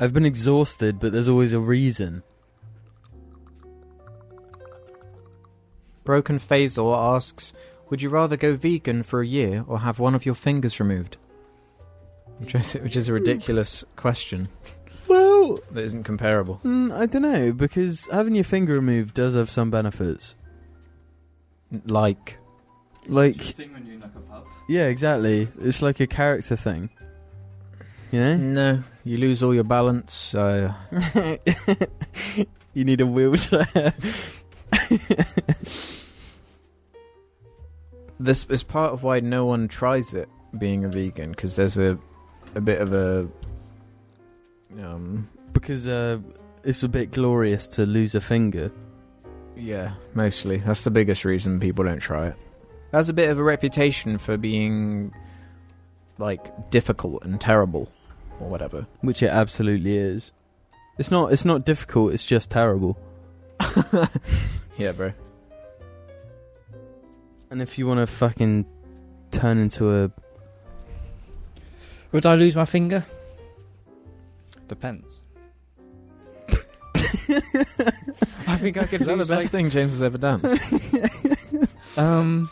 Speaker 3: I've been exhausted, but there's always a reason.
Speaker 5: Broken Phasor asks, would you rather go vegan for a year or have one of your fingers removed? Which is, which is a ridiculous question
Speaker 3: Well,
Speaker 5: that isn't comparable.
Speaker 3: mm, I don't know because having your finger removed does have some benefits.
Speaker 5: Like,
Speaker 3: Like, yeah, exactly. It's like a character thing. You know.
Speaker 5: no, you lose all your balance. Uh, Mm.
Speaker 3: you need a wheelchair.
Speaker 5: this is part of why no one tries it being a vegan because there's a a bit of a um
Speaker 3: because uh, it's a bit glorious to lose a finger.
Speaker 5: yeah mostly that's the biggest reason people don't try it has a bit of a reputation for being like difficult and terrible or whatever
Speaker 3: Which it absolutely is. It's not. It's not difficult. It's just terrible.
Speaker 5: yeah bro
Speaker 3: And if you want to fucking turn into a,
Speaker 4: Would I lose my finger? Depends. I think I could
Speaker 5: is that the
Speaker 4: lose
Speaker 5: best
Speaker 4: like,
Speaker 5: thing James has ever done
Speaker 4: um.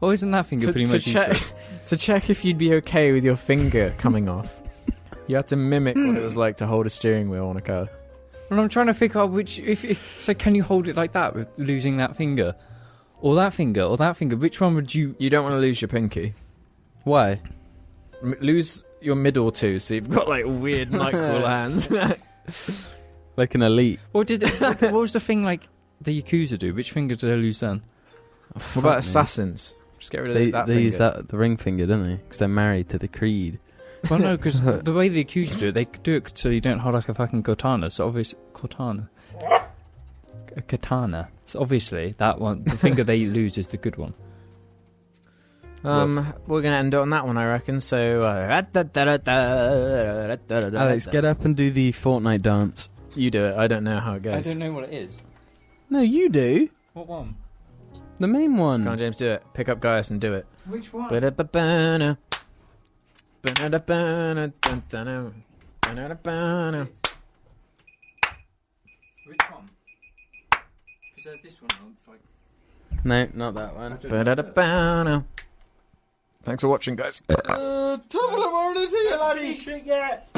Speaker 4: Well, isn't that finger
Speaker 5: To-
Speaker 4: pretty
Speaker 5: to
Speaker 4: much
Speaker 5: check-
Speaker 4: useless?
Speaker 5: to check if you'd be okay with your finger coming off you had to mimic what it was like to hold a steering wheel on a car
Speaker 4: And I'm trying to figure out which. If, if so, can you hold it like that with losing that finger, or that finger, or that finger? Which one would you?
Speaker 5: you don't want to lose your pinky
Speaker 3: why?
Speaker 5: M- lose your middle two, so you've got like weird micro hands.
Speaker 3: Like an elite.
Speaker 4: Or did what, was the thing like the Yakuza do? Which finger did I lose then?
Speaker 5: what about assassins? Just get rid of
Speaker 3: They,
Speaker 5: that.
Speaker 3: they
Speaker 5: finger.
Speaker 3: use that the ring finger, don't they? Because they're married to the creed.
Speaker 4: Well, no, because the way the accusers do it, they do it so you don't hold like a fucking katana. So obviously, katana, a katana. So obviously, that one, the finger they lose is the good one.
Speaker 5: Um, we're gonna end it on that one, I reckon. So, uh,
Speaker 3: Alex, get up and do the Fortnite dance.
Speaker 5: You do it. I don't know how it goes.
Speaker 4: know what it is.
Speaker 3: No, you do.
Speaker 4: What one?
Speaker 3: The main one.
Speaker 5: Come on, James, do it. Pick up Gaius and do it.
Speaker 4: Which one?
Speaker 5: Ba-da-ba-ba-na. Ba-da-ba-na, dun-dun-dun. Ba-da-ba-na.
Speaker 4: Which one? Because there's this one. It's like.
Speaker 3: No, not that one.
Speaker 5: Ba-da-ba-na. Thanks for watching, guys.
Speaker 3: Uh, top of the morning to you, laddies.